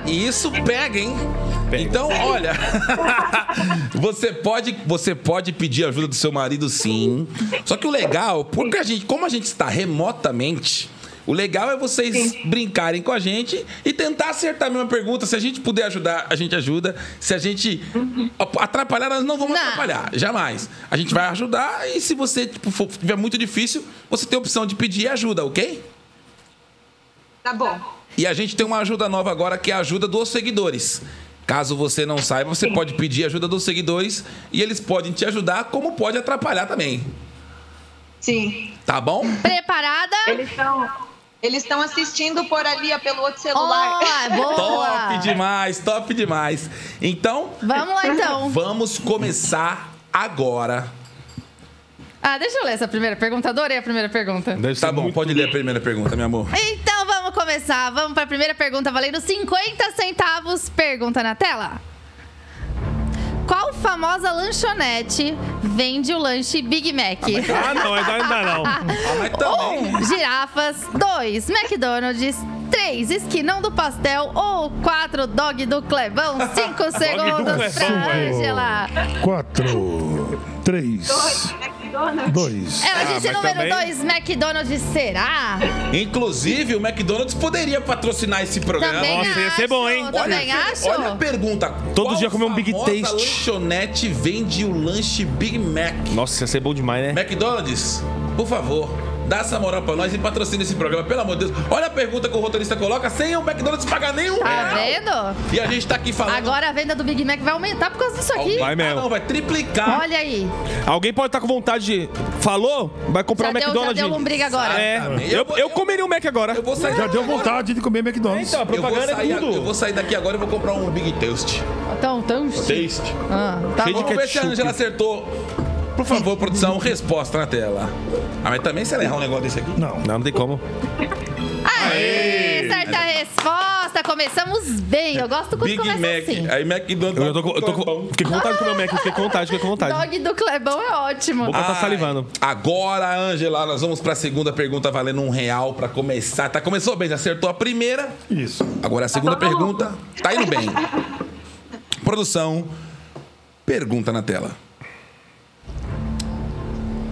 B: E isso pega, hein? Então, olha, você pode, você pode pedir ajuda do seu marido, sim. Só que o legal, porque a gente, como a gente está remotamente, o legal é vocês brincarem com a gente e tentar acertar a mesma pergunta. Se a gente puder ajudar, a gente ajuda. Se a gente atrapalhar, nós não vamos
C: Não.
B: atrapalhar, jamais. A gente vai ajudar e se você tipo, for- tiver muito difícil, você tem a opção de pedir ajuda, ok?
F: Tá bom.
B: E a gente tem uma ajuda nova agora, que é a ajuda dos seguidores. Caso você não saiba, você pode pedir ajuda dos seguidores e eles podem te ajudar, como pode atrapalhar também.
F: Sim.
B: Tá bom?
C: Preparada?
F: Eles estão eles estão assistindo por ali, pelo outro celular.
C: Olá, boa.
B: Top demais, top demais. Então,
C: Vamos lá, então.
B: vamos começar agora.
C: Ah, deixa eu ler essa primeira pergunta. Adorei a primeira pergunta.
E: Deve
B: Tá
E: ser
B: bom,
E: muito-
B: pode ler a primeira pergunta, meu amor.
C: Então vamos começar. Vamos para a primeira pergunta, valendo 50 centavos. Pergunta na tela. Qual famosa lanchonete vende o lanche Big Mac?
E: Ah, não, ainda, ainda não.
B: Ah, mas também.
C: Um, girafas. Dois, McDonald's. Três, esquinão do pastel. Ou quatro, dog do Clebão.
E: [laughs]
C: Cinco segundos pra
E: Clebão, é.
C: Angela.
D: Quatro, três,
F: McDonald's.
D: dois.
C: Ela
E: Ah,
C: disse
E: mas
C: É, número
E: também-
C: dois, McDonald's. Será?
B: Inclusive, o McDonald's poderia patrocinar esse programa.
C: Também
E: Nossa,
C: acho.
E: ia ser bom, hein?
C: Também acho.
B: Olha a pergunta.
E: Todo
B: Qual
E: dia comer um Big
B: famosa
E: Taste.
B: lanchonete vende o lanche Big Mac?
E: Nossa, isso ia ser bom demais, né?
B: McDonald's, por favor, dá essa moral pra nós e patrocina esse programa, pelo amor de Deus. Olha a pergunta que o roteirista coloca sem o McDonald's pagar nenhum
C: Tá
B: real.
C: vendo?
B: E a gente tá aqui falando...
C: Agora a venda do Big Mac vai aumentar por causa disso aqui.
E: Vai
B: Ah,
E: mesmo.
B: não, vai triplicar.
C: Olha aí.
E: Alguém pode estar com vontade de. Falou? Vai comprar
C: Já
E: um
C: deu- já
E: McDonald's.
C: deu lombriga agora.
E: É.
B: Exatamente.
E: Eu, eu comeria um Mac agora.
B: Eu vou sair
D: Já
B: daqui
D: deu
B: agora.
D: vontade de comer McDonald's.
E: Então, a
B: Eu vou,
E: propaganda
B: sair,
E: é tudo.
B: eu vou sair daqui agora e vou comprar um Big Taste.
C: Então, tão
B: Taste.
C: Ah, tá
E: Cheio de
C: bom.
B: Vamos ver se a
E: ketchup.
B: Angela acertou. Por favor, produção, resposta na tela. Ah, mas também se ela errar um negócio desse aqui...
D: Não.
E: Não, não tem como.
C: Aê! Certa resposta. Começamos bem. Eu gosto quando
B: Big
C: começa
B: Mac.
C: assim.
B: Aí McDonald's...
E: Eu, eu tô, com- eu tô
B: Tá
E: com. Fiquei com vontade de comer um Mac, fiquei com vontade, fiquei com vontade.
C: Dog do Clebão é ótimo.
E: Boca tá
B: Ai,
E: salivando.
B: Agora, Angela, nós vamos pra segunda pergunta valendo um real pra começar. Tá, começou bem, já acertou a primeira.
D: Isso.
B: Agora a segunda pergunta. Tá indo bem. Produção, pergunta na tela.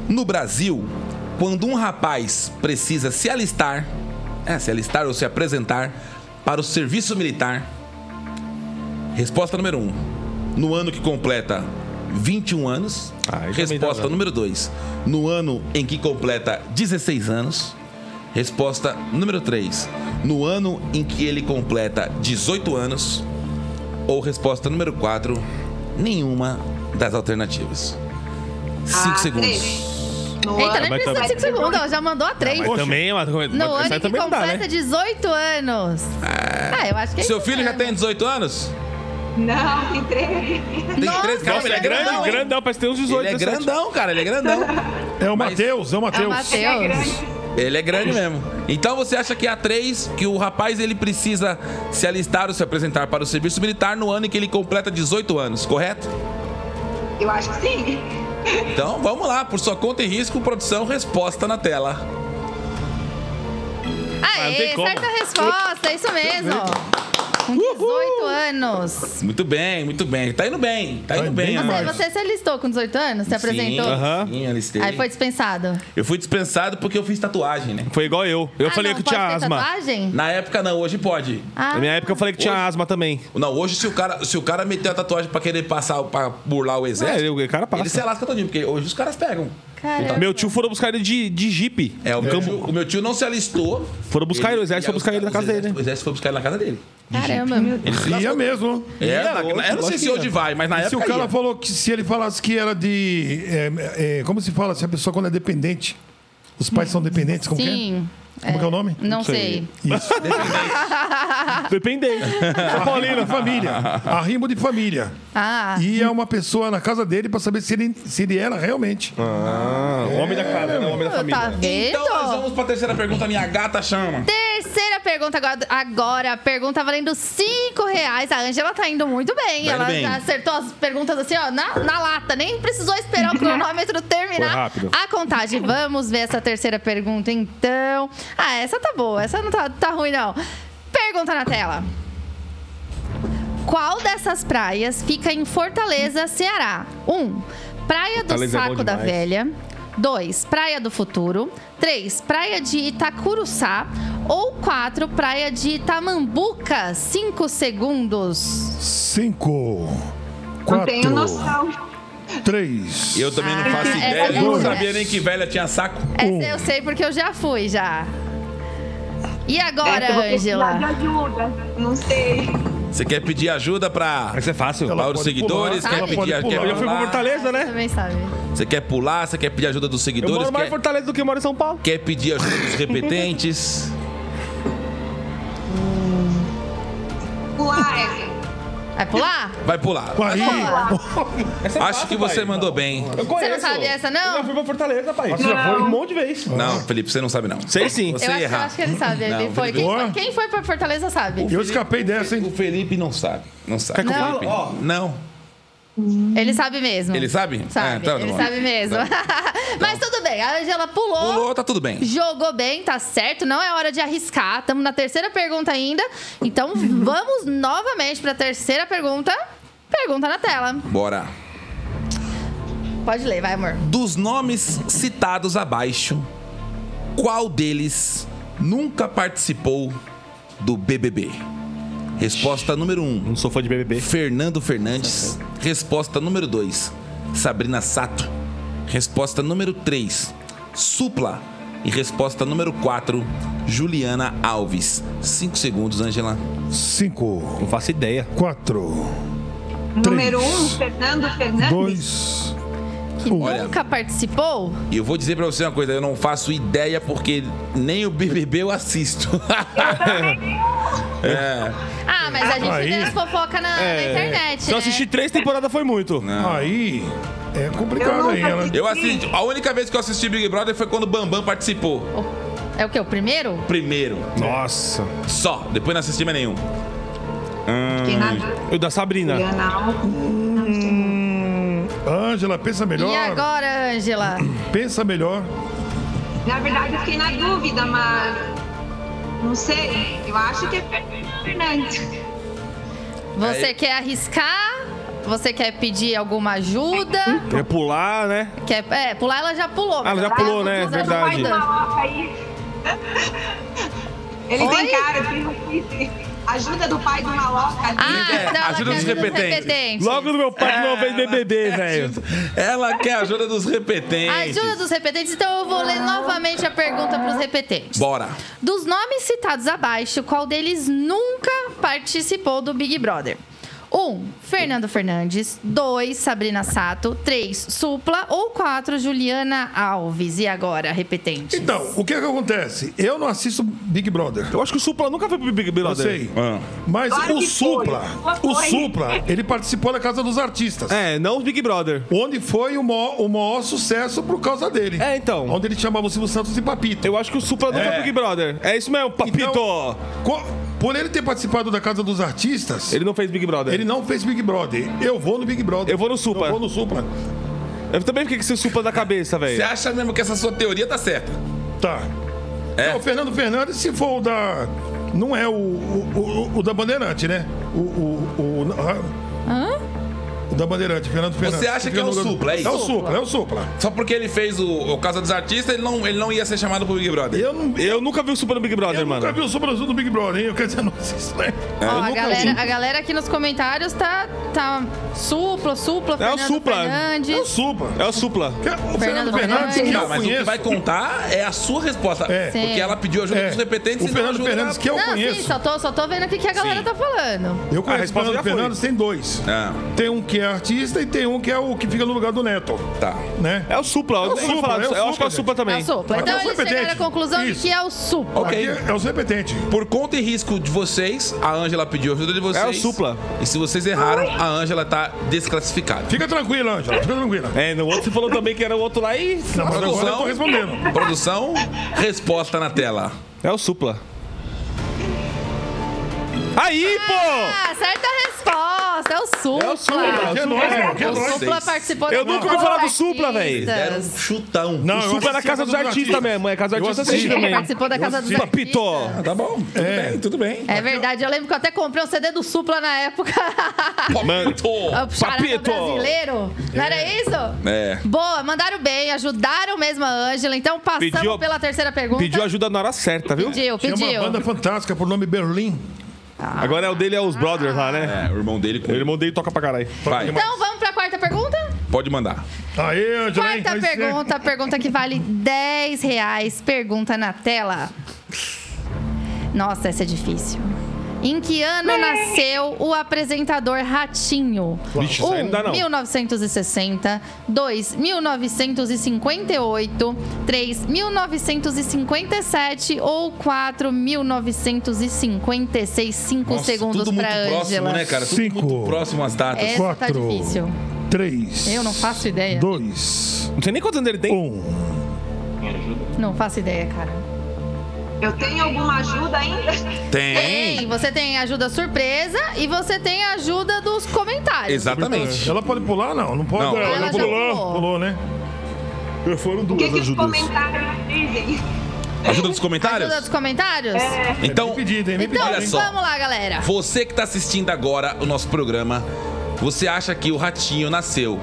B: No Brasil, quando um rapaz precisa se alistar, é, se alistar ou se apresentar para o serviço militar, resposta número 1, um, no ano que completa 21 anos.
E: Ah, aí também dá
B: resposta
E: não.
B: número 2, no ano em que completa 16 anos. Resposta número 3, no ano em que ele completa 18 anos. Ou resposta número 4, nenhuma das alternativas. 5
F: Ah,
B: segundos.
F: três.
C: Eita, né? nem
E: Mas
C: precisa de
E: também-
C: 5 segundos. Ela já mandou a 3.
E: Mas também, mas,
C: No
E: mas
C: ano
E: essa
C: que
E: também não dá,
C: completa
E: né?
C: 18 anos. Ah, eu acho que é
B: Seu
C: isso
B: filho já
C: mesmo.
B: tem 18 anos?
F: Não, tem três.
B: Tem
C: Nossa,
B: três-
E: Nossa, ele é grande,
B: grandão, hein?
E: grandão, parece que tem uns 18,
B: Ele é
E: 17.
B: grandão, cara, ele é grandão.
D: É o
B: Mas-
D: Matheus, é o
C: É o
D: Matheus.
C: Matheus.
B: Ele é grande mesmo. Então você acha que a 3, que o rapaz ele precisa se alistar ou se apresentar para o serviço militar no ano em que ele completa 18 anos, correto?
F: Eu acho que sim.
B: Então vamos lá, por sua conta e risco, produção, resposta na tela.
E: não
C: Aê,
E: tem como.
C: certa resposta. É isso mesmo. Com 18 anos.
B: Muito bem, muito bem. Tá indo bem, tá,
D: Tá
B: indo
D: indo
B: bem.
D: bem,
B: amor.
C: Você, você se alistou com 18 anos? Se apresentou?
B: Sim,
E: Aham.
B: sim, alistei.
C: Aí foi dispensado.
B: Eu fui dispensado porque eu fiz tatuagem, né?
E: Foi igual eu. Eu
C: Ah,
E: falei
C: não,
E: que tinha
C: pode ter
E: asma.
C: Tatuagem?
B: Na época não, hoje pode.
C: Ah,
E: Na minha época eu falei que tinha asma também.
B: Não, hoje se o cara, se o cara meter a tatuagem pra querer passar, pra burlar o exército,
E: É, o cara passa.
B: ele se alasca todinho, porque hoje os caras pegam.
C: caramba.
E: é Meu tio foram buscar ele de, de jipe.
B: É, o, meu tio, o meu tio não se alistou.
E: Foram buscar ele, o exército
B: e aí
E: foi buscar ele na
B: os
E: casa
B: exército-
E: dele. né?
B: O exército foi buscar ele na casa dele.
C: Caramba.
E: é
D: Ia mesmo.
B: É, na-
E: lógico,
B: eu não sei
E: lógico
B: se
E: que
B: hoje
E: é.
B: vai, mas na
D: se
B: época
D: o cara
B: ia.
D: falou que se ele falasse que era de. é, é, como se fala se a pessoa quando é dependente? Os pais são dependentes, como que é?
C: Sim.
D: Como que é o nome?
C: Não
E: sei.
C: sei.
D: Isso.
E: Dependente.
B: [laughs]
D: A Paulina, família. Arrimo de família.
C: Ah,
D: E é uma pessoa na casa dele pra saber se ele, se ele era realmente.
E: Ah, o homem da casa, né? O homem da
C: tá
E: família.
C: vendo?
B: Então nós vamos pra terceira pergunta, minha gata chama.
C: Terceira pergunta agora, agora. a Pergunta valendo 5 reais. A Ângela tá indo muito bem.
B: Tá indo
C: Ela
B: bem.
C: já acertou as perguntas assim, ó, na, na lata. Nem precisou
B: [laughs]
C: esperar o cronômetro terminar
E: Foi rápido.
C: a contagem. Vamos ver essa terceira pergunta, então. Ah, essa tá boa. Essa não tá, tá ruim, não. Pergunta na tela. Qual dessas praias fica em Fortaleza, Ceará? 1. Um, praia do
E: Fortaleza é bom
C: Saco da
E: demais.
C: Velha. 2. Praia do Futuro. 3. Praia de Itacuruçá. Ou 4. Praia de Itamambuca. 5 segundos.
D: Cinco.
F: Não tenho
D: Quatro.
F: noção.
D: Três.
B: Eu também
C: Ah,
B: não faço
C: é,
B: ideia,
C: é,
B: eu não
C: é.
B: sabia nem que velha tinha saco.
D: Um.
C: Essa eu sei porque eu já fui, já. E agora,
F: Essa É, eu vou precisar de
C: Ângela?
F: ajuda. Não sei.
B: Você quer pedir ajuda pra
E: Mas é fácil.
D: Ela
B: para os
D: pode
B: seguidores?
D: pular,
B: Quer
D: ela
B: pedir
D: pode pular.
E: Eu já
B: ajuda?
E: fui pra Fortaleza, né?
C: Também sabe.
B: Você quer pular? Você quer pedir ajuda dos
E: Eu
B: seguidores?
E: moro mais em
B: Quer-
E: Fortaleza do que é. eu moro em São Paulo.
B: Quer pedir ajuda dos repetentes?
F: Pular essa.
C: Vai pular?
B: Vai pular.
D: Aí,
E: Essa é
B: Acho
E: fácil,
B: que você
E: pai.
B: mandou bem.
E: Eu
C: Você não
E: conheço.
C: sabe essa, não?
E: Eu já fui pra Fortaleza, pai.
D: Você já foi?
E: Um monte de vezes.
B: Não, Felipe, você não sabe não.
E: Sei sim.
B: Você
C: Eu acho, eu
B: erra.
C: acho que ele sabe. Ele
B: Não,
C: foi. Quem,
D: Boa.
C: foi. quem foi pra Fortaleza sabe.
D: eu escapei dessa, hein?
B: O Felipe não sabe. Não sabe.
C: que eu
B: Felipe. Ó, não.
C: Ele sabe mesmo.
B: Ele sabe?
C: Sabe,
B: Ah, então
C: ele
B: não.
C: sabe mesmo. [laughs] Mas tudo bem, a Angela pulou,
B: Tá. Pulou, tá tudo bem.
C: jogou bem, tá certo. Não é hora de arriscar. Estamos na terceira pergunta ainda.
B: [laughs]
C: Então vamos novamente pra terceira pergunta. Pergunta na tela.
B: Bora.
C: Pode ler, vai, amor.
B: Dos nomes citados abaixo, qual deles nunca participou do BBB? Resposta número 1. Um,
E: Não sou fã de BBB.
B: Fernando Fernandes. Resposta número 2, Sabrina Sato. Resposta número 3, Supla. E resposta número 4, Juliana Alves. 5 segundos, Angela.
D: Cinco.
E: Não faço ideia.
D: Quatro.
F: Número
D: Três.
F: um, Fernando Fernandes.
D: Dois.
C: Que
B: Olha.
C: nunca participou?
B: E eu vou dizer pra você uma coisa, eu não faço ideia porque nem o BBB eu assisto. [laughs] é,
C: Ah, mas a gente
D: Aí.
C: tem as fofocas na, na internet.
E: Se eu
C: né?
E: assisti três temporadas, foi muito.
D: Aí é
F: Eu
D: complicado
F: não
D: aí, ela.
F: participei.
B: eu assisto. A única vez que eu assisti Big Brother foi quando o Bambam participou.
C: É o quê? O primeiro?
B: Primeiro.
E: Nossa.
B: Só. Depois não assisti mais nenhum.
F: Fiquei na dúvida.
E: E o da Sabrina.
F: Juliana Alves.
D: Ângela, pensa melhor.
C: E agora, Ângela?
D: Pensa melhor.
F: Na verdade, eu fiquei na dúvida, mas. Não sei. Eu acho que é Fernando Fernandes.
C: Você
B: Aí.
C: quer arriscar? Você quer pedir alguma ajuda?
E: Quer pular, né?
C: Quer, é, pular ela já pulou.
E: Ah, ela já
C: mas
E: pulou,
C: as
E: né?
C: outras ela
E: Verdade.
C: não vai dar.
F: Maloca aí. Ele
C: Oi?
F: tem cara de rufite. Ajuda do pai do maloca ali.
C: Ah,
B: É,
C: não, ela
B: ajuda
C: quer
B: dos repetentes.
E: Logo do meu pai que não fez BBB, velho. É.
B: Ela quer a ajuda dos repetentes.
C: Ajuda dos repetentes, então eu vou ler novamente a pergunta para os repetentes.
B: Bora.
C: Dos nomes citados abaixo, qual deles nunca participou do Big Brother? 1. Um, Fernando Fernandes. 2. Sabrina Sato. 3. Supla. Ou 4. Juliana Alves. E agora, repetente?
D: Então, o que que acontece? Eu não assisto Big Brother.
E: Eu acho que o Supla nunca foi pro Big
D: Eu
E: Brother.
D: sei.
B: Ah.
D: Mas
F: Claro
D: o
F: que foi.
D: Supla, o
F: Foi.
D: Supla, ele participou da Casa dos Artistas.
E: É, não os Big Brother.
D: Onde foi o maior, o maior sucesso por causa dele.
E: É, então.
D: Onde ele chamava o Silvio Santos de Papito.
E: Eu acho que o Supla não
D: É.
E: foi pro Big Brother. É isso mesmo, papito.
D: Então, co- por ele ter participado da Casa dos Artistas, ele,
E: Ele não fez Big Brother.
D: não fez Big Brother. Eu vou no Big Brother.
E: Eu vou no Supla.
D: Eu vou no Supla.
E: Eu também fiquei com esse Supla da cabeça,
B: Você
E: velho.
B: acha mesmo que essa sua teoria tá certa?
D: Tá.
B: É.
D: Então, o Fernando Fernandes, se for o da. Não é o, o, o- o da Bandeirante, né? O. o, o
C: Hã?
D: o da Bandeirante, Fernando Fernandes.
B: acha que é o
D: Fernando-
B: Supla, é isso?
D: É o Supla, é o Supla.
B: Só porque ele fez o, o Casa dos Artistas, ele não, ele não ia ser chamado pro Big Brother.
D: Eu, não, eu,
E: Eu nunca vi o Supla no Big Brother,
D: eu
E: mano.
D: nunca vi o Supla do Big Brother, hein? Eu quero dizer, não assisto, né?
C: Ó, a,
E: É, nunca
C: galera,
E: vi.
C: a galera aqui nos comentários tá, tá supla, supla,
E: É o
C: Fernando
E: Supla.
C: Fernandes.
D: É o Supla.
E: É o Supla.
D: Que é O
C: Fernando
D: Fernando Fernandes, que
C: Fernandes.
D: eu
B: Não, mas o que
D: conheço.
B: vai contar é a sua resposta.
D: É. Sim.
B: Porque ela pediu ajuda
D: É.
B: dos repetentes
D: O
B: e não
D: Fernando
B: ajuda
D: Fernandes,
B: da-
D: que eu
C: Não,
B: Ah,
D: conheço.
C: sim, só tô, só tô vendo o que que a galera
B: Sim.
C: tá falando.
D: Eu
E: A
D: conheço o
E: resposta
D: Fernando
E: já foi.
D: Fernandes, tem dois.
B: Ah,
D: Tem um que é artista e tem um que é o que fica no lugar do Neto,
B: Tá.
D: né?
E: É o Supla.
D: É o
E: eu tenho
D: Supla,
E: falado,
D: é o
E: eu acho que é
D: Supla,
E: o Supla
C: É
E: também.
C: o supla.
D: Mas
C: Então
D: é o
C: eles chegaram à
D: competente.
C: conclusão de
D: Isso.
C: que é o supla.
B: Ok.
D: Aqui é o repetente.
B: Por conta e risco de vocês, a Ângela pediu ajuda de vocês.
E: É o supla.
B: E se vocês erraram, a Ângela tá desclassificada.
D: Fica tranquila, Ângela, fica tranquila.
E: É, no outro você falou também que era o outro lá e.
D: Não, Tá, mas agora eu tô
B: produção.
D: respondendo.
B: Produção, resposta na tela.
E: É o Supla. Aí, pô!
C: Ah, certa resposta. É o supla.
E: É o Supla.
D: Que é nóis, mano, que é
C: O
D: nóis.
C: supla participou
E: Eu
C: do
E: nunca
C: Globo
E: ouvi falar do
C: Artistas.
E: Supla, velho.
B: Era um chutão.
D: Não, eu
E: Supla é na
D: assisti a
E: casa dos artistas mesmo, é casa dos
D: Eu
E: artistas
D: assisti.
E: assiste também. um
C: Ele participou da Casa dos
E: Supla,
C: Artistas.
E: Pitô.
B: Ah, tá bom. Tudo
D: É.
B: bem, tudo bem.
C: É verdade, eu lembro que eu até comprei um CD do Supla na época. [laughs]
E: Mano,
C: O charada
E: Papito.
C: brasileiro. Não era isso?
B: É.
C: Boa, mandaram bem, ajudaram mesmo a Ângela. Então passamos
E: Pediu-
C: pela terceira pergunta.
E: pediu ajuda na hora certa, viu?
C: Pediu,
D: Tinha uma
C: pediu.
D: banda fantástica por nome Berlim.
E: Agora é o dele é os brothers lá, né?
B: É, o irmão dele.
E: O irmão dele toca pra caralho.
B: Vai,
C: Então vamos para a quarta pergunta?
B: pode mandar.
D: Aê, Ângela. hein?
C: Quarta
D: Aí você-
C: pergunta, a pergunta que vale 10 reais. Pergunta na tela. Nossa, essa é difícil. Em que ano nasceu o apresentador Ratinho?
E: Vixe, isso aí não dá, não.
C: 1960, 2, 1958, 3, 1957 ou 4, 1956. 5
B: Nossa,
C: segundos
B: tudo muito
C: para Ângela.
B: próximo, né, cara? Tudo
D: Cinco.
B: muito próximo às datas.
C: Essa tá
D: Quatro.
C: difícil.
D: Três.
C: Eu não faço ideia.
D: Dois.
E: Não sei nem quantos anos ele tem.
D: Um.
C: Não faço ideia, cara.
F: Eu tenho alguma ajuda ainda?
C: É.
B: Tem.
C: Tem, você tem ajuda surpresa e você tem ajuda dos comentários.
B: Exatamente.
D: Ela pode pular, não? Não pode.
B: Não.
C: Ela já pulou.
D: Pulou, né? Foram
F: O
D: duas.
F: que, que os comentários dizem?
B: Ajuda dos
C: Ajuda
B: comentários?
C: dos comentários?
E: É.
B: Então,
D: pedido, hein? Me
C: Então,
B: Olha só.
C: vamos lá, galera.
B: Você que está assistindo agora o nosso programa, você acha que o Ratinho nasceu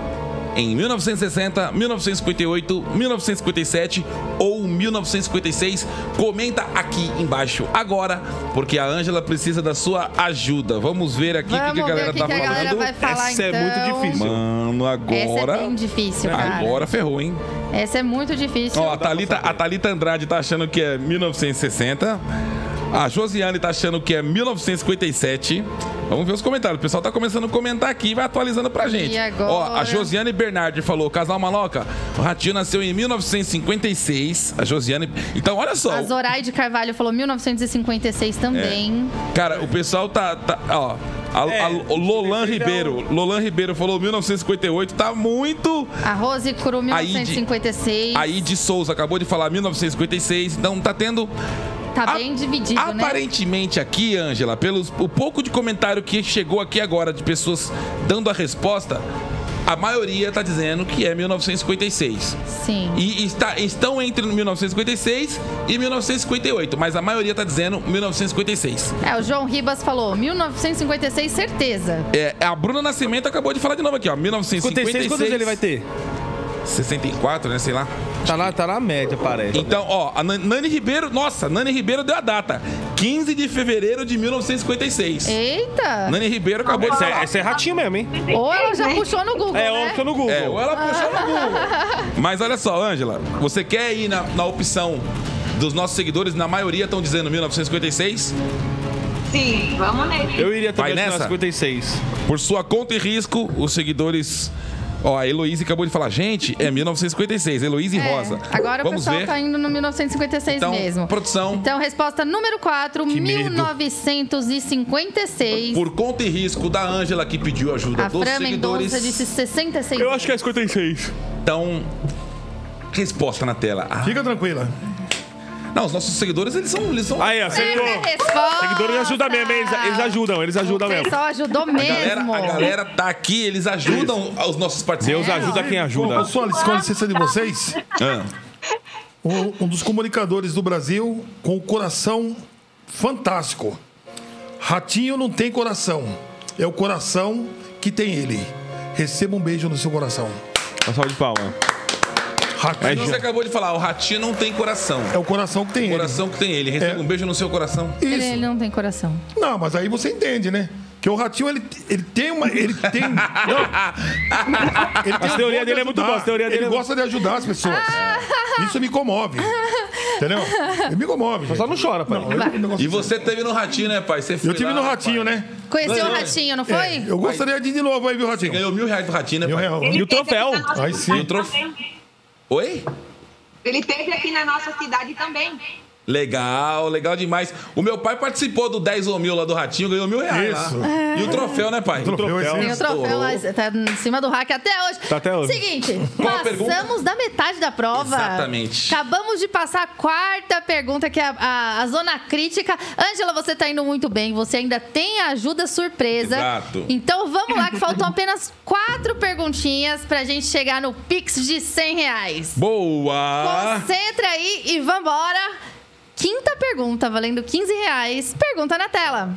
B: em 1960, 1958, 1957 ou 1956? Comenta aqui embaixo agora, porque a Ângela precisa da sua ajuda. Vamos ver aqui o que,
C: Vamos
B: que a galera
C: ver o que,
B: tá
C: que a
B: falando.
C: galera vai falar
E: Essa é
C: então.
E: muito difícil.
B: Mano,
C: Essa
B: agora.
C: é bem difícil, cara.
B: Agora ferrou, hein?
C: Essa é muito difícil.
B: Ó, tá a Thalita, a Thalita Andrade tá achando que é 1960. A Josiane tá achando que é 1957. Vamos ver os comentários. O pessoal tá começando a comentar aqui e vai atualizando pra gente.
C: E agora?
B: Ó, a Josiane Bernardi falou: Casal Maloca, o Ratinho nasceu em 1956. A Josiane. Então, olha só.
C: a Zoraide Carvalho falou 1956 também.
B: Cara, o pessoal tá. tá- ó. A, a Lolan Ribeiro. Lolan Ribeiro falou 1958. Tá muito.
C: A Rose Cru,
B: Aí de-
C: 1956.
B: Aí de Souza acabou de falar 1956. Então, tá tendo.
C: tá
B: a-
C: bem dividido, né?
B: Aparentemente aqui, Ângela, pelos o pouco de comentário que chegou aqui agora de pessoas dando a resposta, a maioria tá dizendo que é 1956.
C: Sim.
B: E está, estão entre 1956 e 1958, mas a maioria tá dizendo 1956.
C: É, o João Ribas falou 1956, certeza.
B: É, a Bruna Nascimento acabou de falar de novo aqui, ó, 1956.
E: 56, quantos ele vai ter?
B: 64, né, sei lá.
E: Tá na, tá na média, parece.
B: Então, ó, a Nan- Nani Ribeiro, nossa, Nani Ribeiro deu a data, 15 de fevereiro de 1956.
C: É. Eita!
B: Nani Ribeiro acabou de
E: Esse
B: falar.
E: é, esse é ratinho mesmo, hein?
C: Ou ela já
F: Né?
C: puxou no Google,
E: É,
C: né?
E: ontem no Google.
B: É, ou ela puxou no Google. Mas olha só, Ângela, você quer ir na, na opção dos nossos seguidores, na maioria estão dizendo 1956,
F: Sim, vamos nele.
E: Eu iria
B: Vai
E: também
B: nessa?
E: nessa 56.
B: por sua conta e risco, os seguidores. Ó, a Heloísa acabou de falar, gente, é 1956, Heloísa e
C: É,
B: Rosa.
C: Agora o
B: Vamos
C: pessoal
B: ver.
C: tá indo no 1956
B: então,
C: mesmo.
B: produção,
C: Então, resposta número 4,
B: Que medo.
C: 1956.
B: por conta e risco da Ângela que pediu ajuda
C: a
B: dos
C: Fran
B: seguidores.
C: Mendonça disse 66.
E: Eu acho que é 56.
B: Então, resposta na tela. Ah,
D: Fica tranquila.
B: não, os nossos seguidores, eles são. Eles são
E: Aí, acertou.
C: Certa resposta.
E: Seguidores ajudam mesmo, eles, eles ajudam, eles ajudam
C: O
E: mesmo.
C: pessoal ajudou mesmo.
B: a, galera, a galera tá aqui, eles ajudam os nossos
E: Deus
B: parceiros.
E: ajuda quem ajuda.
D: Bom, pessoal, com a licença de vocês,
B: Ah.
D: um, um dos comunicadores do Brasil com o coração fantástico. Ratinho não tem coração. É o coração que tem ele. Receba um beijo no seu coração.
E: Uma salva de palma.
B: Então
D: Ratinho
B: Você acabou de falar, o ratinho não tem coração.
D: é o coração que tem
B: O
D: ele.
B: coração que tem ele. Receba
D: É.
B: um beijo no seu coração.
C: Ele,
D: Isso.
C: ele não tem coração.
D: Não, mas aí você entende, né? Que o ratinho, ele, ele tem uma. Ele tem.
E: [laughs]
D: Não, ele tem
E: A teoria
D: dom de
E: dele é muito
D: ajudar.
E: boa, a teoria dele
D: ele
E: é-
D: gosta de ajudar
C: [laughs]
D: as pessoas. Isso me comove. Entendeu? Ele me comove.
E: Só não chora, pai.
D: Não, eu- eu gosto-
B: E você teve no ratinho, né, pai? Você foi
D: Eu tive
B: lá,
D: no ratinho,
B: pai.
D: né?
C: Conheceu o
B: Ganhou.
C: ratinho, não foi?
D: Eu gostaria de ir de novo aí, viu, Ratinho?
B: Ganhou mil reais do Ratinho, né,
D: Mil
B: pai?
D: real.
E: E o
F: teve aqui
E: troféu?
F: na nossa
D: Aí sim.
F: cidade
D: E o
B: trof-
F: também.
B: Oi?
F: Ele teve aqui na nossa cidade também.
B: Legal, legal demais. O meu pai participou do 10 ou mil lá do Ratinho, ganhou mil reais.
D: Isso.
B: Lá. E o troféu, né, pai?
D: Troféu,
E: Troféu.
C: Tem o
D: esse-
C: troféu lá,
B: Estourou.
C: tá em cima do hack até hoje.
E: Tá até hoje.
C: Seguinte,
B: Qual a
C: passamos da metade da prova.
B: Exatamente.
C: Acabamos de passar a quarta pergunta, que é a, a- a zona crítica. Ângela, você tá indo muito bem. Você ainda tem a ajuda surpresa.
B: Exato.
C: Então vamos lá, que faltam apenas quatro perguntinhas pra gente chegar no Pix de 100 reais.
B: Boa!
C: Concentra aí e vambora. Quinta pergunta, valendo 15 reais. Pergunta na tela.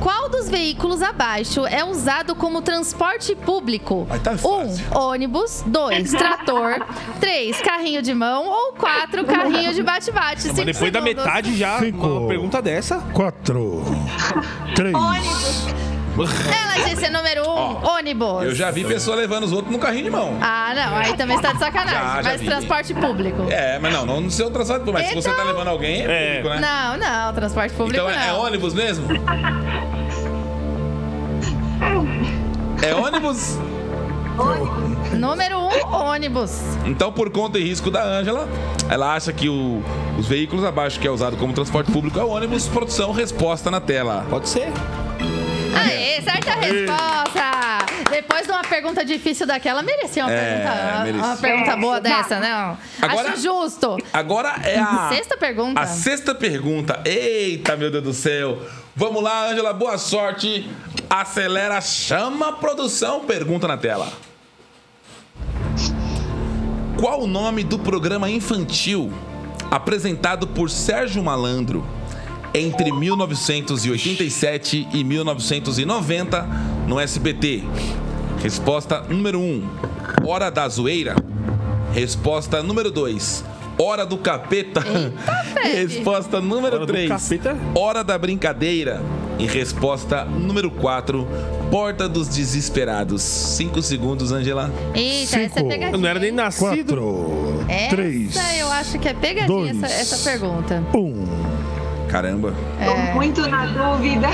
C: Qual dos veículos abaixo é usado como transporte público?
B: Aí tá fácil.
C: um, ônibus. Dois, trator. três, carrinho de mão. Ou quatro, carrinho de bate-bate.
E: Mas depois da metade já,
D: Cinco.
E: uma pergunta dessa.
D: Quatro. Três.
F: Ônibus.
C: Ela disse número um,
B: Ó,
C: ônibus.
B: Eu já vi pessoa levando os outros no carrinho de mão.
C: Ah, não. Aí também está de sacanagem.
B: Já, já
C: Mas
B: vi.
C: transporte público.
B: É, mas não, não no seu transporte público. Mas se você tá
C: Então-
B: levando alguém, é,
E: É.
B: público, né?
C: Não, não. Transporte público
B: Então é, é
C: não.
B: ônibus mesmo? É ônibus?
C: Número um, ônibus.
B: Então, por conta e risco da Ângela, ela acha que o- os veículos abaixo que é usado como transporte público é o ônibus. Produção, resposta na tela.
E: Pode ser.
C: Aê, certa resposta! Depois de uma pergunta difícil daquela, merecia uma,
B: É,
C: pergunta, uma-
B: merecia.
C: uma pergunta boa dessa, não?
B: Agora-
C: Acho justo.
B: Agora é a.
C: [laughs] Sexta pergunta.
B: A sexta pergunta. Eita, meu Deus do céu. Vamos lá, Ângela, boa sorte. Acelera, chama a produção. Pergunta na tela. Qual o nome do programa infantil apresentado por Sérgio Malandro entre 1987 e 1990 no SBT? Resposta número 1: um, Hora da Zoeira. Resposta número 2: Hora do Capeta. [laughs] Resposta número
E: Hora do
B: 3:
E: Capeta?
B: Hora da Brincadeira. E resposta número 4: Porta dos Desesperados. 5 segundos, Angela.
C: Eita, essa é
D: Cinco.
C: pegadinha.
E: Eu não era nem
C: hein?
E: nascido.
D: Quatro.
C: Essa
D: Três.
C: eu acho que é pegadinha,
D: dois,
C: essa, essa pergunta.
D: Um.
B: Caramba.
F: Tô muito na dúvida.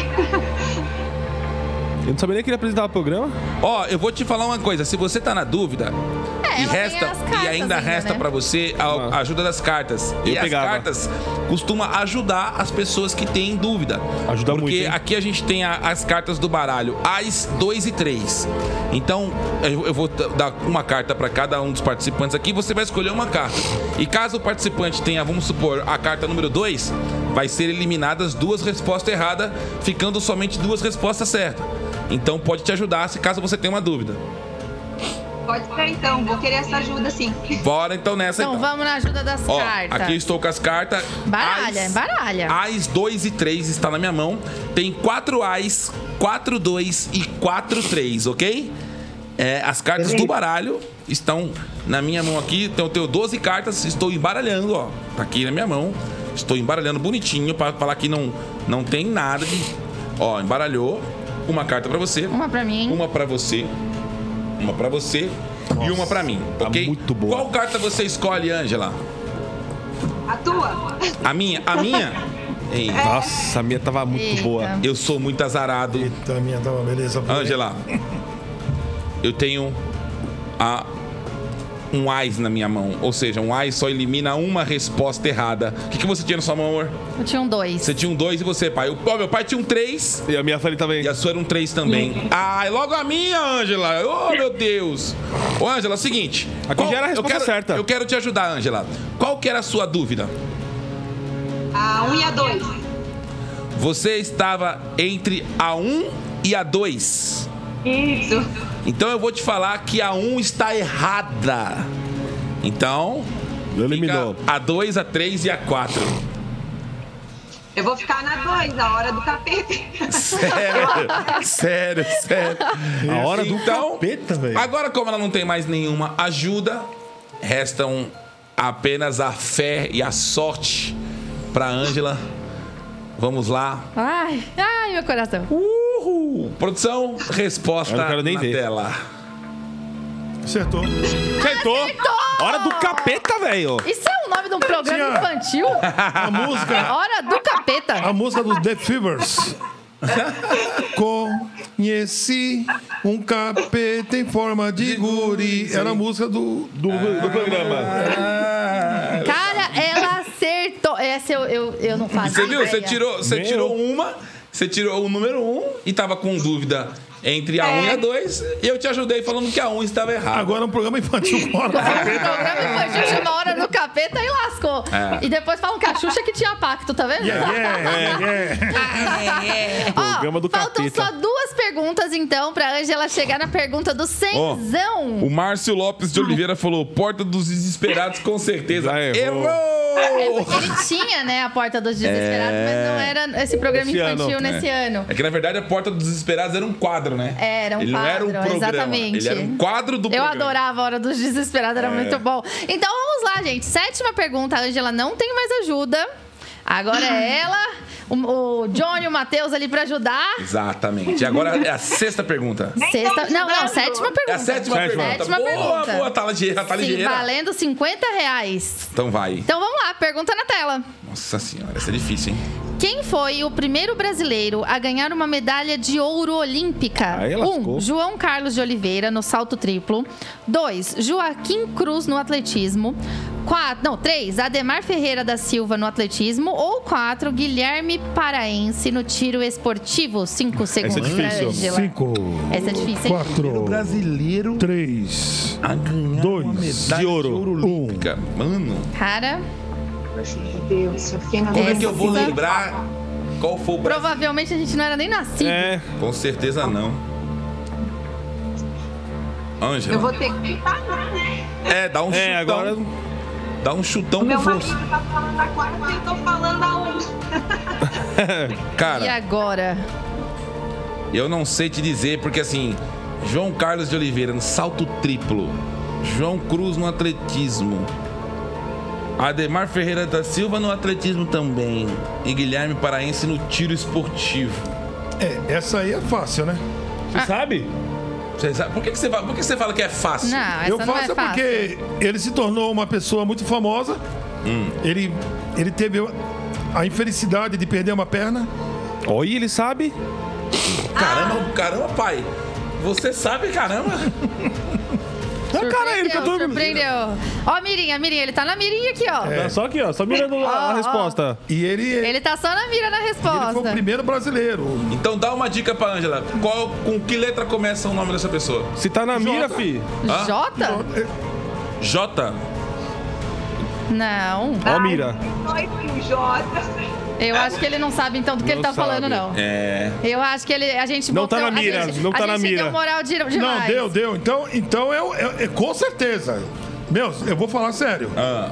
E: Eu não sabia nem que ele apresentava o programa.
B: Ó, eu vou te falar uma coisa, se você tá na dúvida
C: É,
B: e
C: ela tem
B: resta
C: as cartas
B: e ainda,
C: ainda,
B: resta
C: né?
B: pra você a a ajuda das cartas.
E: Ah. Eu
B: e
E: pegava.
B: as cartas costuma ajudar as pessoas que têm dúvida.
E: Ajuda
B: Porque
E: muito, hein?
B: aqui a gente tem a- as cartas do baralho, as 2 e 3. Então, eu, eu vou t- dar uma carta pra cada um dos participantes aqui, você vai escolher uma carta. E caso o participante tenha, vamos supor, a carta número 2, vai ser eliminadas duas respostas erradas, ficando somente duas respostas certas. Então pode te ajudar se caso você tenha uma dúvida.
F: Pode ser então, vou querer essa ajuda sim.
B: Bora então nessa.
C: Então vamos na ajuda das
B: Ó,
C: cartas.
B: aqui eu estou com as cartas.
C: Baralha,
B: As-
C: baralha.
B: As 2 e 3 está na minha mão. Tem 4 As, 4 2 e 4 3, ok? É, as cartas do baralho estão na minha mão aqui. Então eu tenho 12 cartas, estou embaralhando, ó. Tá aqui na minha mão. Estou embaralhando bonitinho para falar que não não tem nada de Ó, embaralhou. Uma carta para você.
C: Uma pra mim.
B: Uma pra você, uma pra você e uma pra mim,
D: tá
B: ok?
E: muito boa.
B: Qual carta você escolhe, Ângela?
F: A tua? É.
B: A minha? A
F: [laughs]
B: minha? Ei,
E: É. Nossa, a minha tava muito
C: Eita.
E: boa.
B: eu sou muito azarado.
D: Eita, minha tava beleza.
B: Ângela, eu tenho a um AIS na minha mão. Ou seja, um AIS só elimina uma resposta errada. O que, que você tinha na sua mão, amor?
C: Eu tinha um dois.
B: Você tinha um 2 e você, pai. O, ó, meu pai tinha um 3
E: E a minha falei também.
B: E a sua era um 3 também. Ah, é logo a minha, Ângela. Ô, meu Deus. Ô, Ângela, é o seguinte.
E: Aqui já era a
B: eu
E: resposta
B: quero,
E: certa.
B: Eu quero te ajudar, Ângela. Qual que era a sua dúvida?
F: A 1 e a 2.
B: Você estava entre a 1 e a 2.
F: Isso.
B: Então eu vou te falar que a 1 está errada. Então...
E: Eu
B: Eliminou.
E: eliminou.
B: A 2, a 3 e a
E: [laughs]
B: 4.
F: Eu vou ficar na 2, a hora do [laughs] capeta.
B: Sério, sério, [laughs] sério.
E: A hora do
B: Então,
E: capeta, velho.
B: Agora, como ela não tem mais nenhuma ajuda, restam apenas a fé e a sorte para Ângela. Vamos lá.
C: Ai, ai, meu coração.
B: Uh. Uhul! Produção, resposta
E: Eu não quero nem
B: na
E: ver.
B: tela.
D: Acertou.
E: Acertou. Hora do capeta, velho.
C: Isso é o nome de um programa
D: Tinha-
C: infantil? [laughs]
D: A música.
B: [laughs]
C: Hora do capeta.
D: A música dos The Fevers. Conheci um capeta em forma de guri. Era a música do, do,
E: É.
D: do programa.
C: Cara, ela acertou. Essa eu, eu, eu não faço.
B: Você viu? Você
C: ideia.
B: tirou, você
E: Nem
B: tirou uma, você tirou o número um e tava com dúvida entre a 1 um e a 2. E eu te ajudei falando que a 1 um estava errada.
D: Agora é um programa infantil.
E: É.
C: [laughs] O
D: Bora.
C: programa infantil chama Hora no Capeta e lascou.
B: É.
C: E depois falam que a Xuxa que tinha pacto, tá vendo?
D: Yeah,
E: É,
D: yeah.
C: Ó,
E: tipo, Programa do
C: faltam
E: Capeta.
C: só duas perguntas, então, pra Angela chegar na pergunta do Cenzão.
B: O Márcio Lopes de Oliveira falou: Porta dos Desesperados, com certeza.
E: [laughs] Já errou.
B: Errou!
C: Ele tinha, né, a Porta dos Desesperados, mas não era esse programa
E: É. Esse ano,
C: infantil
E: é.
C: nesse ano.
B: É que na verdade a Porta dos Desesperados era um quadro, né?
C: Era um
B: Ele não era um
C: quadro,
B: programa.
C: exatamente.
B: Ele era um quadro do
C: Eu
B: programa.
C: adorava a Hora dos Desesperados,
E: É.
C: era muito bom. Então vamos lá, gente. Sétima pergunta. A Angela não tem mais ajuda. Agora
E: [clears throat]
C: é ela, o, o Johnny e o Matheus ali pra ajudar.
B: Exatamente. E agora é a sexta pergunta.
C: Sexta.
F: tão
C: Não, não,
F: ajudando.
C: sétima pergunta.
B: É a sétima,
E: Sétima.
B: pergunta.
C: Sétima
B: boa,
C: pergunta.
B: boa, tá ligeira, tá
C: Sim,
B: ligeira.
C: valendo 50 reais.
B: Então vai.
C: Então vamos lá, pergunta na tela.
B: Nossa senhora, essa é difícil, hein?
C: Quem foi o primeiro brasileiro a ganhar uma medalha de ouro olímpica?
E: Aí lascou.
C: um, João Carlos de Oliveira no salto triplo. Dois, Joaquim Cruz no atletismo. Quatro, não, três, Ademar Ferreira da Silva no atletismo. Ou quatro, Guilherme Paraense no tiro esportivo. Cinco segundos
E: difícil.
C: Angela.
D: Cinco.
C: Essa é difícil, hein?
D: Quatro.
B: Brasileiro
D: Três.
B: a ganhar
D: Dois.
B: uma medalha
E: De ouro.
D: Um.
B: olímpica. Mano,
C: Cara,
F: Meu Deus, eu fiquei na
B: como é que eu vou
C: Essa-
B: lembrar qual foi o Brasil?
C: provavelmente a gente não era nem nascido.
E: É.
B: Com certeza não.
F: Eu vou
B: Ângela.
F: ter que parar, né?
B: É, dá um chutão.
E: É, agora.
B: Dá um chutão
F: Meu
B: com força.
F: marido tá falando da quarta e eu tô falando da
E: [laughs]
F: outra.
B: [laughs] Cara,
C: E agora?
B: Eu não sei te dizer, porque assim, João Carlos de Oliveira no salto triplo, João Cruz no atletismo, Ademar Ferreira da Silva no atletismo também, e Guilherme Paraense no tiro esportivo.
D: É, essa aí é fácil, né?
E: Você sabe?
B: Você sabe- por, que, que, você fala, por que que você fala que é fácil?
C: Não, essa
D: eu
C: não é
D: faço
C: fácil.
D: é porque ele se tornou uma pessoa muito famosa.
E: Hum.
D: Ele, ele teve a infelicidade de perder uma perna.
E: Olha, ele sabe.
B: Caramba, caramba, pai. Você sabe, caramba.
E: Ah, cara, ele cantou.
C: surpreendeu. Ó, a Mirinha, a Mirinha, ele tá na Mirinha aqui, ó.
E: Tá Só aqui, ó. Só mirando a, a
C: Ó, ó.
E: resposta.
D: E ele, ele,
C: Ele tá só na mira na
D: foi o
C: resposta.
D: primeiro brasileiro.
B: Então dá uma dica pra Ângela. Qual, com que letra começa o nome dessa pessoa?
E: Se tá na mira, fi.
B: Ah?
C: Jota?
B: J.
C: Não.
E: Ó, a mira.
F: Dois J.
C: Eu acho que ele não sabe então do que
E: Não
C: ele tá
E: sabe.
C: falando, não.
B: É.
C: Eu acho que ele. A gente
E: Não
C: botou-
E: tá na
C: a
E: mira,
C: gente-
E: não tá
C: a
E: na
C: gente
E: mira.
C: Deu moral de, demais.
D: Não, deu, deu. Então, então eu, eu- eu- com certeza. Meu, eu vou falar sério.
B: Ah,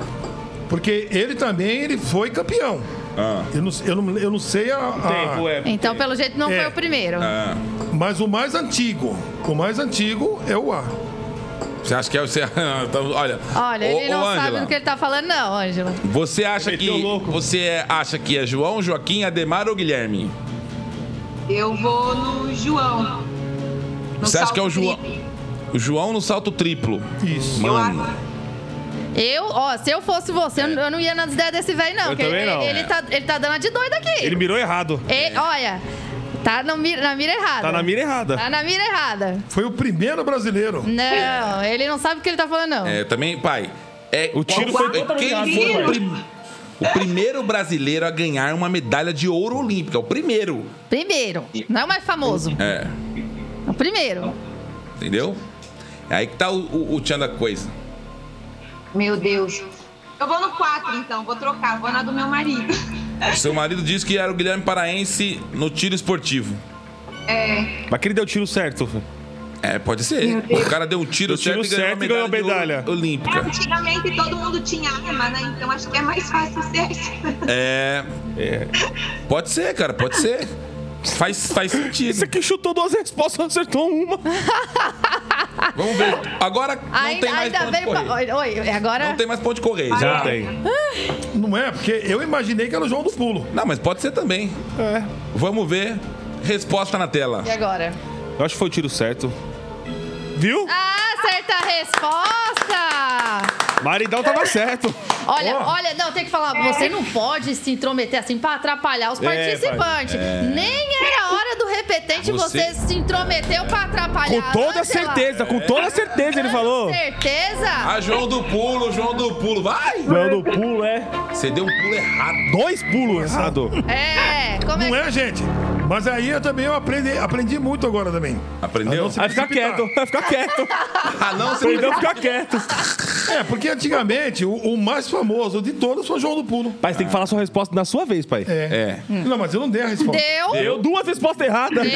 D: Porque ele também ele foi campeão.
B: ah,
D: Eu não, eu não, eu não sei a, a-
E: Tempo, é.
C: Então, pelo jeito, não
D: É.
C: foi o primeiro.
B: ah.
D: Mas o mais antigo. O mais antigo é o A.
B: Você acha que é o você... [laughs] então, Olha,
C: Olha, ele
B: Ô, ô,
C: não sabe
B: Ângela,
C: do que ele tá falando, não, Ângela.
B: Você acha que
E: Meteu louco.
B: você é- acha que é João, Joaquim, Ademar ou Guilherme?
F: Eu vou no João. No
B: Você acha
F: salto
B: que é o João?
F: triplo.
B: O João no salto triplo.
D: Isso.
F: Eu
B: Mano.
F: acho-
C: Eu, ó, se eu fosse você, eu- eu não ia nas ideias desse velho, não.
E: Eu
C: que ele,
E: também não.
C: ele, tá, ele tá dando a de doido aqui.
E: Ele mirou errado.
C: E- olha, tá no mi- na mira errada.
E: Tá na mira errada.
C: Tá na mira errada.
D: Foi o primeiro brasileiro.
C: Não, ele não sabe o que ele tá falando, não.
B: É, também, pai. É,
E: O tiro
B: qual-
E: foi
B: é,
E: totalmente
B: quem
E: errado,
B: foi o,
E: pai.
B: prim- o primeiro brasileiro a ganhar uma medalha de ouro olímpica, o primeiro.
C: Primeiro. Não é o mais famoso.
B: É,
C: É o primeiro.
B: entendeu? É aí que tá o, o, o tchan da coisa.
F: Meu Deus. Eu vou no 4, então. Vou trocar. Vou na do meu marido.
B: Seu marido disse que era o Guilherme Paraense no tiro esportivo.
E: Mas que ele deu o tiro certo. fi.
B: É, pode ser. O cara deu um tiro,
E: Deu tiro certo e ganhou
B: de ouro
E: medalha.
B: olímpica.
C: [laughs]
F: Antigamente todo mundo tinha arma, né? Então acho que é mais fácil ser.
B: É.
E: É.
B: Pode ser, cara, pode ser. Faz, faz
E: Esse
B: sentido.
E: aqui chutou duas respostas, acertou uma.
B: Vamos ver. Agora não
C: ainda
B: tem mais
C: ainda
B: ponto de
C: veio pra...
B: correr.
C: Oi, oi, agora.
B: Não tem mais ponto de correr. já.
E: Já tem.
D: Não é? Porque eu imaginei que era o João do Pulo.
B: Não, mas pode ser também.
E: É.
B: Vamos ver. Resposta na tela.
C: E agora?
E: Eu acho que foi o tiro certo. Viu?
C: Ah, certa resposta!
E: Maridão tava certo.
C: Olha, olha, não, tem que falar,
B: É.
C: você não pode se intrometer assim pra atrapalhar os
E: É,
C: participantes. Nem era hora do repetente, você,
E: Você-
C: se intrometeu pra atrapalhar.
E: Com toda
C: Angela.
E: certeza, com toda certeza ele falou.
C: É, Certeza?
B: Ah, João do pulo, João do pulo, vai!
E: Dando pulo, é.
B: Você deu um pulo
E: Ah,
B: errado.
E: Dois pulos, Renato.
C: É, como é
D: Não
C: que.
D: é, gente? Mas aí eu também eu aprendi, aprendi muito agora também.
B: Aprendeu?
D: Ah, não,
E: Vai ficar
D: precipitar.
E: quieto, vai ficar [laughs] quieto.
B: Ah, não, você
E: Perdão, ficar quieto.
D: É, porque antigamente o, o mais famoso de todos foi o João do Pulo.
E: Pai, você tem que falar sua resposta na sua vez, pai.
D: É. Não, mas eu não dei a resposta.
C: Deu,
E: Eu duas respostas erradas.
C: deu,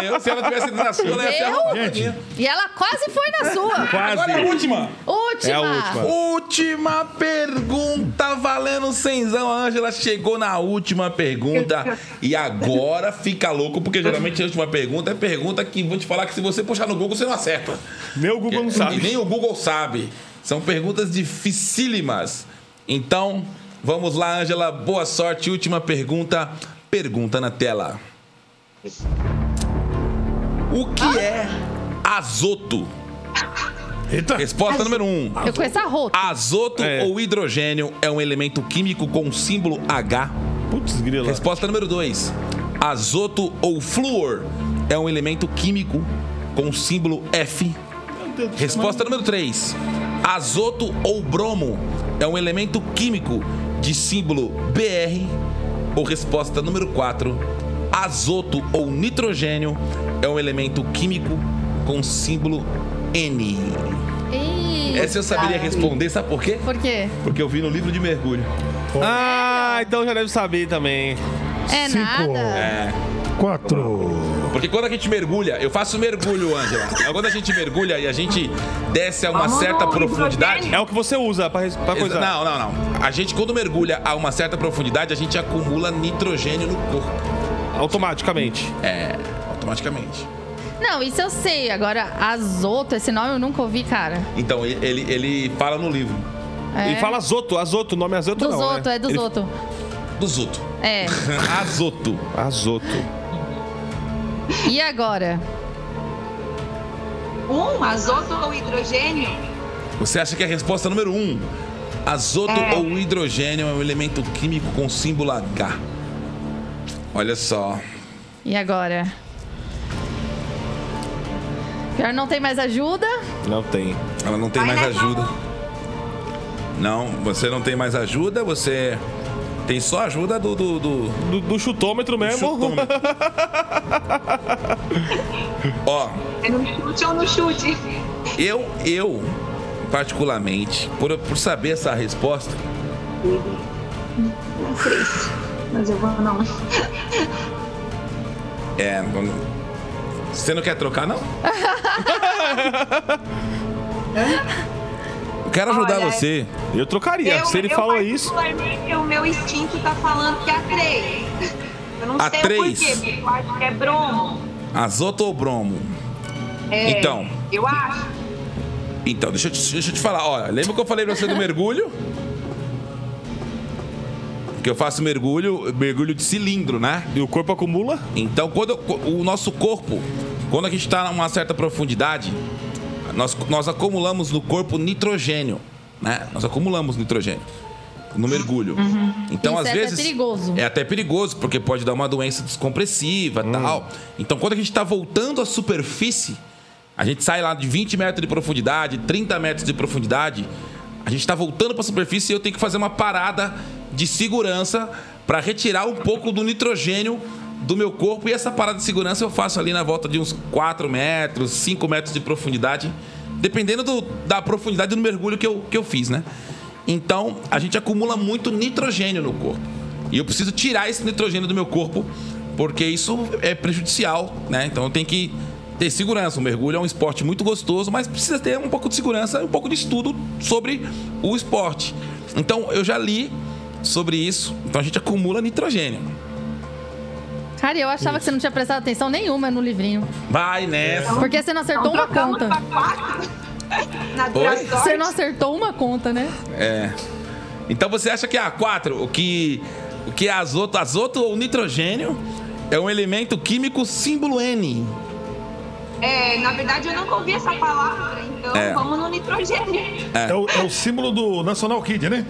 B: Deu, se ela tivesse ido na sua, ela ia ser
C: Deu?
B: arrombadinha.
C: e ela quase foi na sua.
E: Quase.
B: Agora é a última.
C: Última.
E: É a última.
B: Última pergunta, valendo cenzão. A Ângela chegou na última pergunta e agora fica louco, porque geralmente a última pergunta é pergunta que vou te falar que se você puxar no Google, você não acerta.
E: Meu Google não
B: E
E: sabe.
B: nem o Google sabe. São perguntas dificílimas. Então, vamos lá, Ângela. Boa sorte. Última pergunta. Pergunta na tela. O que é azoto?
D: Eita.
B: Resposta número 1. Um.
C: Eu conheço a rota.
B: Azoto
E: É.
B: ou hidrogênio é um elemento químico com símbolo H?
E: Putz, grila.
B: Resposta número 2. Azoto ou flúor é um elemento químico com símbolo F? Resposta número 3. Azoto ou bromo é um elemento químico de símbolo BR? Ou resposta número 4. Azoto ou nitrogênio é um elemento químico com símbolo N?
C: Ih,
B: Essa eu saberia responder, sabe por quê?
C: Por quê?
B: Porque eu vi no livro de mergulho.
E: Ah, então já deve saber também.
C: É
D: Cinco,
C: nada.
D: Quatro.
B: Porque quando a gente mergulha, eu faço mergulho, Ângela. Quando a gente mergulha e a gente desce a uma certa profundidade.
E: É o que você usa pra, res- pra coisar.
B: Não, não, não. A gente, quando mergulha a uma certa profundidade, a gente acumula nitrogênio no corpo.
E: Automaticamente.
B: É, automaticamente.
C: Não, isso eu sei. Agora, Azoto, esse nome eu nunca ouvi, cara.
B: Então, ele, ele- ele fala no livro
E: E fala Azoto, Azoto, o nome é Azoto
C: É. Do
E: não,
C: Zoto,
E: né?
C: é do
E: Ele-
C: Zoto.
B: do Zoto.
C: É.
B: Azoto.
E: Azoto.
C: E agora?
F: Um, azoto ou hidrogênio?
B: Você acha que é a resposta número um? Azoto ou hidrogênio é um elemento químico com símbolo H. Olha só.
C: E agora? Pior não tem mais ajuda.
E: Não tem.
B: Ela não tem
F: Vai,
B: mais
F: né,
B: ajuda. Não, você não tem mais ajuda, você tem só ajuda do. do, do-
E: Do, do chutômetro mesmo.
B: chutômetro. [laughs] Ó,
F: É no chute ou no chute?
B: eu, eu, particularmente, por, por saber essa resposta,
F: Não sei. Mas eu vou não.
B: é. vamos- Você não quer trocar,
F: [laughs]
B: não? Eu quero ajudar
F: Olha,
B: você.
E: [laughs] Eu trocaria. Se ele
F: eu
E: falou isso.
F: particularmente, O meu instinto tá falando que é a 3. Eu não
B: A
F: sei
B: três?
F: o porquê, porque eu acho que é bromo.
B: Azoto ou bromo?
F: É,
B: Então.
F: Eu acho.
B: Então, deixa eu, te, deixa eu te falar. Ó, lembra que eu falei pra você do mergulho? Que eu faço mergulho, mergulho de cilindro, né?
E: E o corpo acumula?
B: Então, quando eu- o nosso corpo, quando a gente está numa certa profundidade, nós, nós acumulamos no corpo nitrogênio, né? Nós acumulamos nitrogênio no mergulho. Então,
C: Isso
B: às
C: é até
B: vezes
C: perigoso.
B: é até perigoso porque pode dar uma doença descompressiva, tal. Então, quando a gente está voltando à superfície, a gente sai lá de 20 metros de profundidade, 30 metros de profundidade, a gente está voltando para a superfície e eu tenho que fazer uma parada de segurança para retirar um pouco do nitrogênio do meu corpo e essa parada de segurança eu faço ali na volta de uns 4 metros, 5 metros de profundidade, dependendo do- da profundidade do mergulho que eu, que eu fiz, né? Então, a gente acumula muito nitrogênio no corpo. E eu preciso tirar esse nitrogênio do meu corpo, porque isso é prejudicial, né? Então, eu tenho que ter segurança. O mergulho é um esporte muito gostoso, mas precisa ter um pouco de segurança e um pouco de estudo sobre o esporte. Então, eu já li sobre isso. Então, a gente acumula nitrogênio.
C: Cara, eu achava que você não tinha prestado atenção nenhuma no livrinho.
B: Vai nessa!
C: Porque você não acertou uma
F: Trocamos
C: conta.
F: pra quatro. Na duração.
C: Você não acertou uma conta, né?
B: É. Então você acha que a 4, o que o que é azoto, azoto ou nitrogênio é um elemento químico símbolo N.
F: É, na verdade eu nunca ouvi essa palavra, então Então
B: É.
F: vamos no nitrogênio.
D: É o, é o símbolo do National Kid, né?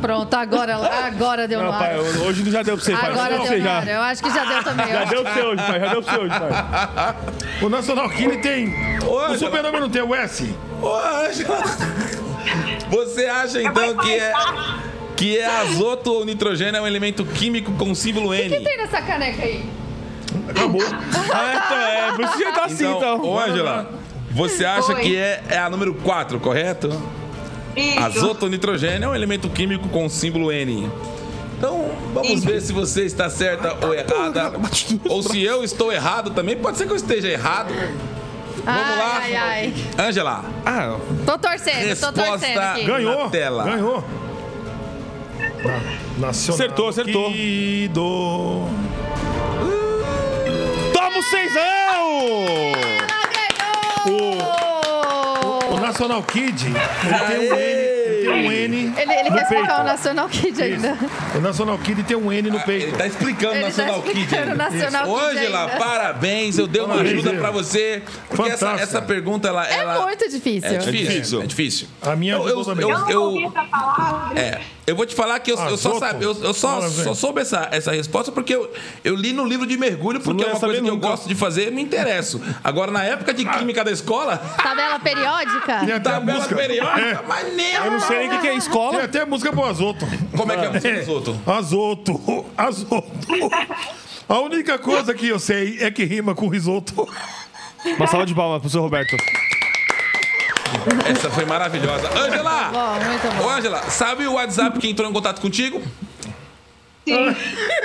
C: Pronto, agora, agora deu
E: Não,
C: no
E: pai,
C: ar.
E: hoje já deu pra você, pai.
C: Agora
E: Não,
C: deu
E: você
C: no
E: já,
C: ar. Eu acho que já deu também.
E: já deu pra você hoje, pai. Já deu pra você hoje, pai.
D: O National Kid tem.
B: Ô,
D: o super-homem não tem o S?
B: Ô, Ângela, Você acha então que é que é azoto ou nitrogênio é um elemento químico com símbolo N?
C: O que tem nessa caneca aí?
D: Acabou.
E: Ah, então é. Por isso que já tá assim, então.
B: Ô, Ângela, você acha
F: Oi.
B: que é, é a número 4, correto?
F: Isso.
B: Azoto ou nitrogênio é um elemento químico com símbolo N. Então, vamos
F: Isso.
B: ver se você está certa ou errada. Ou se eu estou errado também. Pode ser que eu esteja errado. Vamos
C: ai,
B: lá.
C: ai, ai.
B: Ângela,
E: Ah,
C: Tô torcendo, tô torcendo
B: Resposta
C: aqui.
D: Ganhou.
B: Na tela.
D: Ganhou. Na- Nacional
E: Acertou, acertou.
D: Kid.
E: toma o seisão!
C: Oh!
D: O National Kid, ele tem um N. Ele tem um N.
C: Ele, ele
D: no
C: quer explicar o
D: peito.
C: National Kid ainda.
D: O National Kid tem um N no
B: Ele
D: peito.
B: tá explicando
C: Ele tá
B: National Kid.
C: explicando
B: ainda.
C: National
B: Isso.
C: Kid
B: Ângela,
C: ainda.
B: parabéns. Eu dei uma
D: Parabéns,
B: ajuda
D: Ângela.
B: pra você. Porque essa,
D: Fantástica.
B: essa pergunta, ela...
C: É
B: ela-
C: muito difícil.
B: É difícil.
D: difícil.
B: É difícil.
D: A minha
B: eu,
D: ajudou
B: eu,
D: também.
B: eu,
F: Eu não
B: eu-
F: ouvi essa palavra.
B: é, eu vou te falar que eu, eu só,
D: Azoto.
B: sabe, eu, eu só,
D: Fala, velho.
B: só soube essa, essa resposta porque eu, eu li no livro de mergulho,
E: não
B: porque é
E: ia
B: uma coisa
E: saber
B: que eu
E: nunca.
B: gosto de fazer e me interesso. Agora, na época de química da escola,
C: Tabela periódica?
D: Tem até a
B: tabela
D: música.
B: periódica,
D: É.
B: mas nem...
E: Eu não sei nem o que, que é
D: Tem [laughs]
E: escola.
D: até a música pro Azoto.
B: Como é que é a música dos outros?
D: Azoto. Azoto. A única coisa que eu sei é que rima com risoto.
E: Uma salva de palmas pro seu Roberto.
B: Essa foi maravilhosa. Ângela!
C: Bom, muito
B: Ô,
C: bom.
B: Ângela, sabe o WhatsApp que entrou em contato contigo?
F: Sim.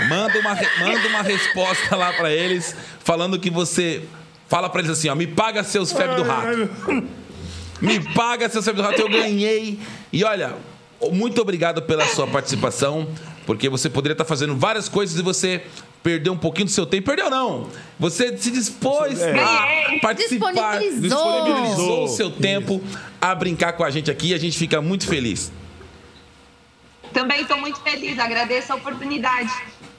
B: Manda uma, re- manda uma resposta lá pra eles, falando que você. Fala pra eles assim, ó, me paga seus febres do rato. Me paga seus febres do rato, eu ganhei. E olha, muito obrigado pela sua participação, porque você poderia estar fazendo várias coisas e você perdeu um pouquinho do seu tempo. Perdeu não. Você se dispôs a
F: É. Ganhei.
B: participar,
C: Disponibilizou.
B: disponibilizou o seu tempo a brincar com a gente aqui. A gente fica muito feliz.
F: Também estou muito feliz, agradeço a oportunidade.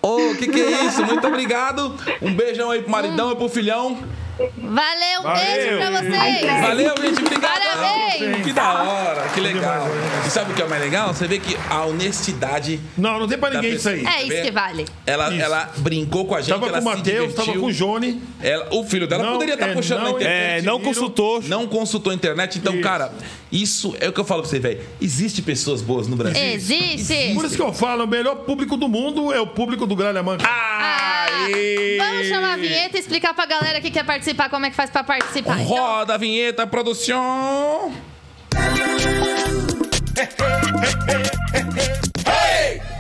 B: Ô, o que, que é isso? Muito obrigado. Um beijão aí pro maridão e pro filhão.
C: Valeu, um beijo pra vocês.
B: Valeu, gente. Obrigado.
C: Parabéns.
B: Que da hora, que legal. E sabe o que é o mais legal? Você vê que a honestidade,
D: Não, não tem pra ninguém isso aí.
C: É isso que vale.
B: ela,
D: Isso.
B: ela brincou com a gente,
D: É, Tava
B: ela
D: com o
B: se
D: Matheus,
B: divertiu.
D: tava com o Johnny.
B: Ela- o filho dela
D: Não,
B: poderia estar
D: é,
B: puxando na
D: não
B: internet.
E: É, não consultou.
B: Não consultou a internet. Então,
D: Isso.
B: cara, isso é o que eu falo pra você, velho. Existe pessoas boas no Brasil.
C: Existe.
D: Por isso que eu falo, o melhor público do mundo é o público do Gralha Manca.
C: Ah, Vamos chamar a vinheta e explicar pra galera que quer participar como é que faz pra participar. Então,
B: Roda a vinheta, produção! [laughs]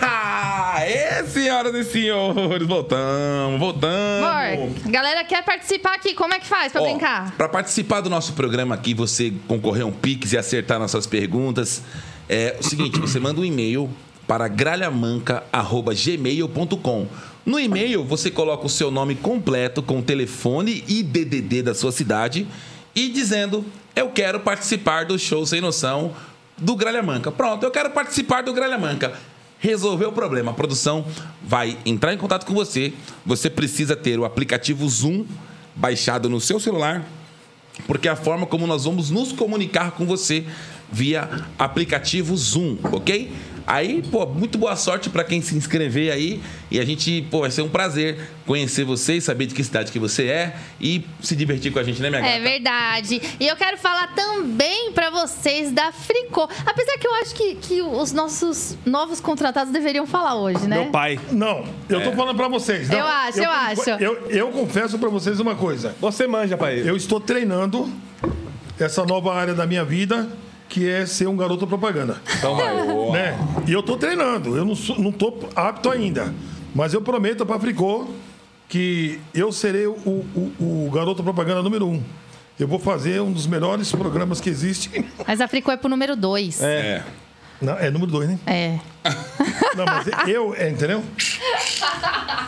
B: Aê, senhoras e senhores, voltamos, voltamos.
C: amor, galera quer participar aqui, como é que faz pra
B: Ó,
C: brincar?
B: Pra participar do nosso programa aqui, você concorrer a um Pix e acertar nossas perguntas, é o seguinte, você manda um e-mail para gralhamanca.gmail.com. No e-mail, você coloca o seu nome completo com telefone e DDD da sua cidade e dizendo, eu quero participar do show Sem Noção do Gralha Manca. Pronto, eu quero participar do Gralha Manca resolver o problema. A produção vai entrar em contato com você. Você precisa ter o aplicativo Zoom baixado no seu celular, porque é a forma como nós vamos nos comunicar com você via aplicativo Zoom, ok? Aí, pô, muito boa sorte para quem se inscrever aí e a gente, pô, vai ser um prazer conhecer você e saber de que cidade que você é e se divertir com a gente, né, minha
C: É
B: gata?
C: verdade. E eu quero falar também pra vocês da Fricô. Apesar que eu acho que, que os nossos novos contratados deveriam falar hoje, né?
E: Meu pai.
B: Ah.
D: Não, eu
B: É.
D: tô falando pra vocês. não.
C: Eu acho, eu acho.
D: Então, Eu, eu confesso pra vocês uma coisa.
E: Você manja, pai.
D: Eu estou treinando essa nova área da minha vida, que é ser um garoto propaganda.
B: Então vai. Boa.
D: né? E eu tô treinando, eu não, sou, não tô apto ainda. Mas eu prometo pra Fricô que eu serei o, o- o garoto propaganda número um. Eu vou fazer um dos melhores programas que existe.
C: Mas a Fricô é pro número 2. É.
B: É.
D: [laughs] Não, é número dois, né? Não, mas eu, é, entendeu?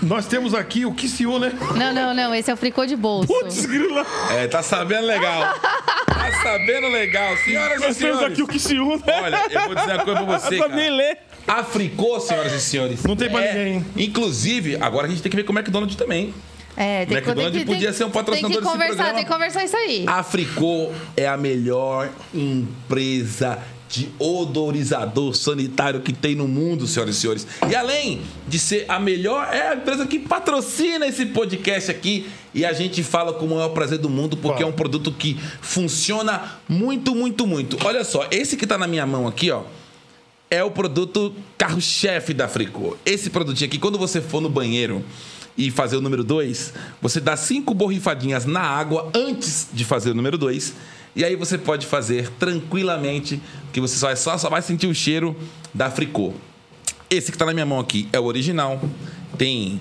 D: Nós temos aqui o Kissiu, né?
C: Não, não, não. Esse é o Fricô de bolso.
E: Putz, grila.
B: É, tá sabendo legal. Tá sabendo legal. Senhoras e
E: Nós temos
B: senhores.
E: aqui o que se une.
B: Olha, eu vou dizer uma coisa pra
E: [laughs]
B: você,
E: Sabe nem
B: cara.
E: ler.
B: Africô, senhoras e senhores. É,
D: Não tem pra ninguém, hein?
B: Inclusive, agora a gente tem que ver com o McDonald's também.
C: É, tem que, tem
B: McDonald's
C: que,
B: podia
C: tem-
B: ser um patrocinador
C: Tem que
B: desse
C: conversar,
B: programa.
C: tem que conversar isso aí.
B: A Fricô é a melhor empresa de odorizador sanitário que tem no mundo, senhoras e senhores. E além de ser a melhor, é a empresa que patrocina esse podcast aqui e a gente fala com o maior prazer do mundo porque é um produto que funciona muito, muito, muito. Olha só, esse que tá na minha mão aqui, ó, é o produto carro-chefe da Fricô. Esse produtinho aqui, quando você for no banheiro e fazer o número 2, você dá cinco borrifadinhas na água antes de fazer o número 2. E aí você pode fazer tranquilamente, que você só, é só, só vai sentir o cheiro da Fricô. Esse que tá na minha mão aqui é o original. Tem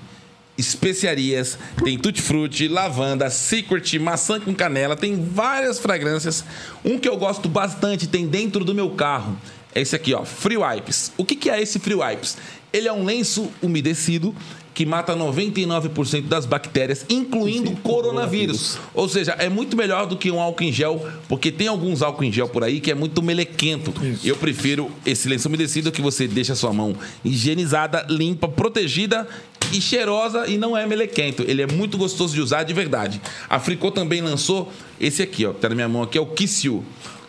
B: especiarias, tem tutti-frutti, lavanda, secret, maçã com canela, tem várias fragrâncias. Um que eu gosto bastante, tem dentro do meu carro, é esse aqui, ó, Free Wipes. O que, que é esse Free Wipes? Ele é um lenço umedecido que mata 99% das bactérias, incluindo coronavírus. Ou seja, é muito melhor do que um álcool em gel, porque tem alguns álcool em gel por aí que é muito melequento. Eu prefiro esse lenço umedecido que você deixa a sua mão higienizada, limpa, protegida e cheirosa e não é melequento. Ele é muito gostoso de usar de verdade. A Fricô também lançou esse aqui, ó, que tá na minha mão aqui, é o Kissiu.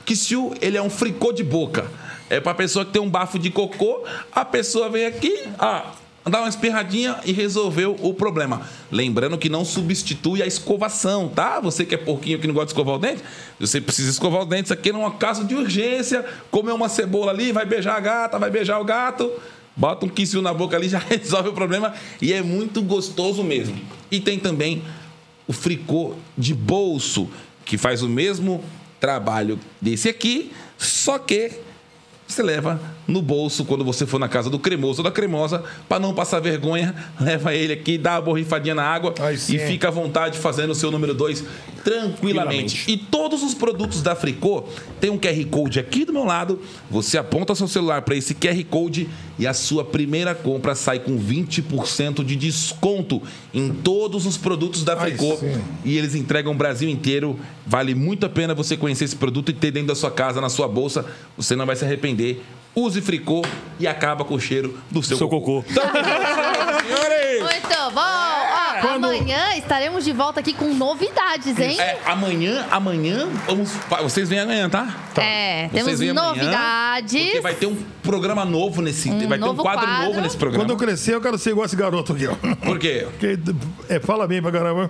B: Kissiu, ele é um fricô de boca. É pra pessoa que tem um bafo de cocô, a pessoa vem aqui, ah, dá uma espirradinha e resolveu o problema. Lembrando que não substitui a escovação, tá? Você que é porquinho que não gosta de escovar o dente, você precisa escovar o dente, isso aqui é numa caso de urgência, comer uma cebola ali, vai beijar a gata, vai beijar o gato, Bota um quincinho na boca ali, já [laughs] resolve o problema. E é muito gostoso mesmo. E tem também o fricô de bolso, que faz o mesmo trabalho desse aqui, só que você leva no bolso quando você for na casa do cremoso ou da cremosa, para não passar vergonha, [laughs] leva ele aqui, dá a borrifadinha na água
D: Aí
B: e
D: sim.
B: fica fica à vontade fazendo o seu número 2 tranquilamente. E todos os produtos da Fricô tem um QR Code aqui do meu lado. Você aponta seu celular para esse QR Code e a sua primeira compra sai com 20% de desconto em todos os produtos da
D: Aí
B: Fricô.
D: sim.
B: E eles entregam o Brasil inteiro. Vale muito a pena você conhecer esse produto e ter dentro da sua casa, na sua bolsa. Você não vai se arrepender. Use Fricô e acaba com o cheiro do seu,
E: Seu cocô.
C: Muito bom!
E: É.
C: Ó, Amanhã estaremos de volta aqui com novidades, hein?
B: É, amanhã, amanhã, vamos, vocês vêm amanhã, tá?
C: É,
B: Vocês
C: temos
B: vêm amanhã,
C: novidades.
B: Porque vai ter um programa novo nesse.
C: Um
B: vai ter um
C: novo
B: quadro,
C: quadro.
B: novo nesse programa.
D: Quando eu crescer, eu quero ser igual esse garoto aqui, ó.
B: Por quê?
D: Que, é, fala bem pra caramba.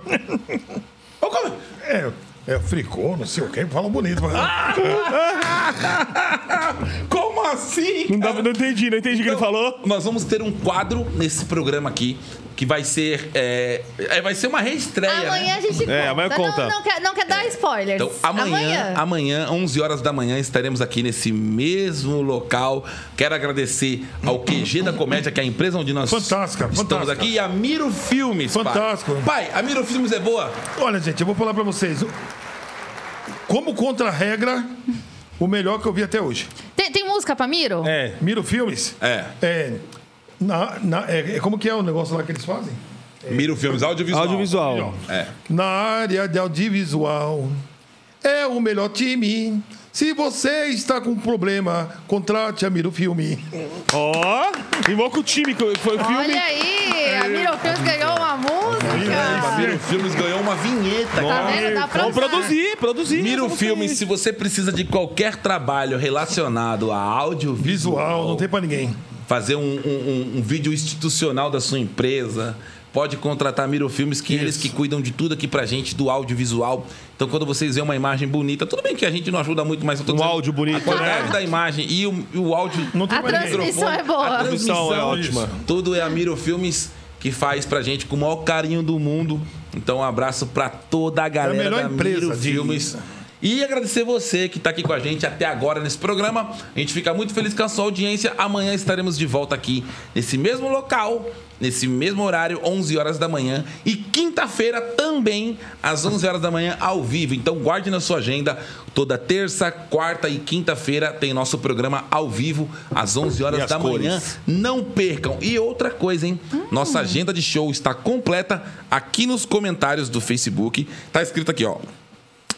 B: Ô, como-
D: É, é fricô, não sei o quê, fala bonito. pra
B: Ah!
D: caramba.
B: Como assim?
E: Não, dá- não entendi, não entendi o
B: Então,
E: que ele falou.
B: Nós vamos ter um quadro nesse programa aqui que vai ser. É, é, vai ser uma reestreia.
C: Amanhã
B: né?
C: a gente
E: É, amanhã
C: Não,
E: conta.
C: Não, quer, não quer dar spoilers.
B: Então, amanhã, amanhã, 11 horas da manhã, estaremos aqui nesse mesmo local. Quero agradecer ao QG da Comédia, que é a empresa onde nós
D: Fantástica,
B: estamos
D: fantástica.
B: aqui, e a Miro Filmes. pai.
D: Fantástico.
B: Pai, a Miro Filmes é boa?
D: Olha, gente, eu vou falar pra vocês. Como contra-regra, o melhor que eu vi até hoje.
C: Tem, tem música pra Miro?
E: É.
D: Miro Filmes?
B: É.
D: É, na- na- é, é como que é o negócio lá que eles fazem?
B: Miro Filmes, audiovisual.
E: Audiovisual.
B: É.
D: Na área de audiovisual, é o melhor time. Se você está com um problema, contrate a Miro Filme.
E: Ó, rimou com o time, que foi o filme.
C: Olha aí, a Miro Filmes ganhou uma
B: A
C: música.
B: Miro Filmes ganhou uma vinheta.
C: Tá
B: cara.
C: vendo? Dá pra
E: Vamos
C: usar.
E: produzir, produzir.
B: Miro
E: vamos
B: Filmes,
E: sair.
B: se você precisa de qualquer trabalho relacionado a
D: Visual,
B: audiovisual,
D: não tem pra ninguém.
B: fazer um, um- um- um vídeo institucional da sua empresa, pode contratar Miro Filmes, que é eles que cuidam de tudo aqui pra gente, do audiovisual. Então, quando vocês veem uma imagem bonita, tudo bem que a gente não ajuda muito, mas eu tô
E: Um áudio bonito,
B: a qualidade
E: né?
B: da imagem e o, e o áudio...
D: Não tem
C: A
D: pra ninguém.
C: transmissão é boa.
B: A transmissão
E: é ótima.
B: isso. Tudo é a Miro Filmes que faz pra gente com o maior carinho do mundo. Então, um abraço pra toda a galera
D: É a melhor
B: da
D: empresa
B: Miro
D: de-
B: Filmes. E agradecer você que tá aqui com a gente até agora nesse programa. A gente fica muito feliz com a sua audiência. Amanhã estaremos de volta aqui nesse mesmo local, nesse mesmo horário, 11 horas da manhã. E quinta-feira também, às 11 horas da manhã, ao vivo. Então guarde na sua agenda. Toda terça, quarta e quinta-feira tem nosso programa ao vivo, às 11 horas
E: E as
B: da
E: cores.
B: manhã. Não percam. E outra coisa, hein? Nossa agenda de show está completa aqui nos comentários do Facebook. Tá escrito aqui, ó.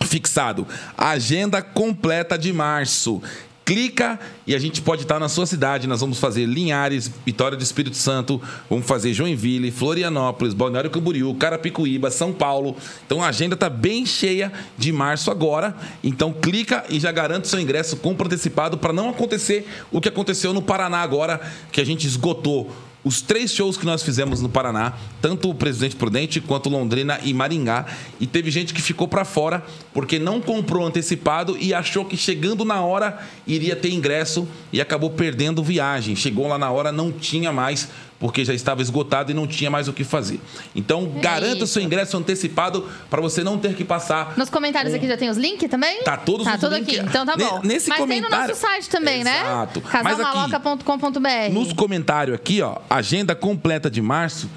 B: Fixado. Agenda completa de março. clica e a gente pode estar na sua cidade. Nós vamos fazer Linhares, Vitória do Espírito Santo, vamos fazer Joinville, Florianópolis, Balneário Camboriú, Carapicuíba, São Paulo. Então a agenda está bem cheia de março agora. Então clica e já garante seu ingresso, compra antecipado para não acontecer o que aconteceu no Paraná agora, que a gente esgotou os três shows que nós fizemos no Paraná, tanto o Presidente Prudente quanto Londrina e Maringá, e teve gente que ficou pra fora porque não comprou antecipado e achou que chegando na hora iria ter ingresso e acabou perdendo viagem. Chegou lá na hora, não tinha mais, porque já estava esgotado e não tinha mais o que fazer. Então, garanta o seu ingresso antecipado pra você não ter que passar
C: Nos comentários aqui já tem os links também?
B: Tá todos
C: tá
B: os
C: tudo
B: links.
C: aqui, então tá
B: Ne-
C: bom.
B: nesse
C: Mas tem no
B: comentário-
C: nosso site também,
B: Exato.
C: né?
B: Mas aqui-
C: Casalmaloca.com.br
B: Nos comentários aqui, ó, agenda completa de março.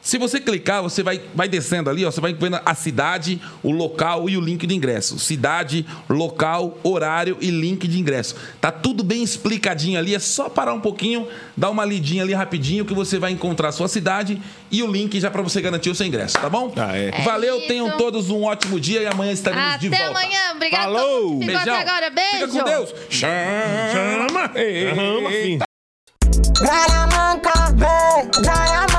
B: Se você clicar, você vai, vai descendo ali, ó, você vai vendo a cidade, o local e o link de ingresso. Cidade, local, horário e link de ingresso. Tá tudo bem explicadinho ali, é só parar um pouquinho, dar uma lidinha ali rapidinho que você vai encontrar a sua cidade e o link já pra você garantir o seu ingresso, tá bom?
E: Ah, é.
B: Valeu,
C: isso.
B: tenham todos um ótimo dia e amanhã estaremos de
C: Até
B: volta.
C: amanhã, obrigado. a
E: Falou.
C: todo mundo que ficou até
B: Beijão.
C: agora, beijo.
B: Fica com Deus.
E: Chama! Ei, ei, ei,
A: Diamante, babe, diamante.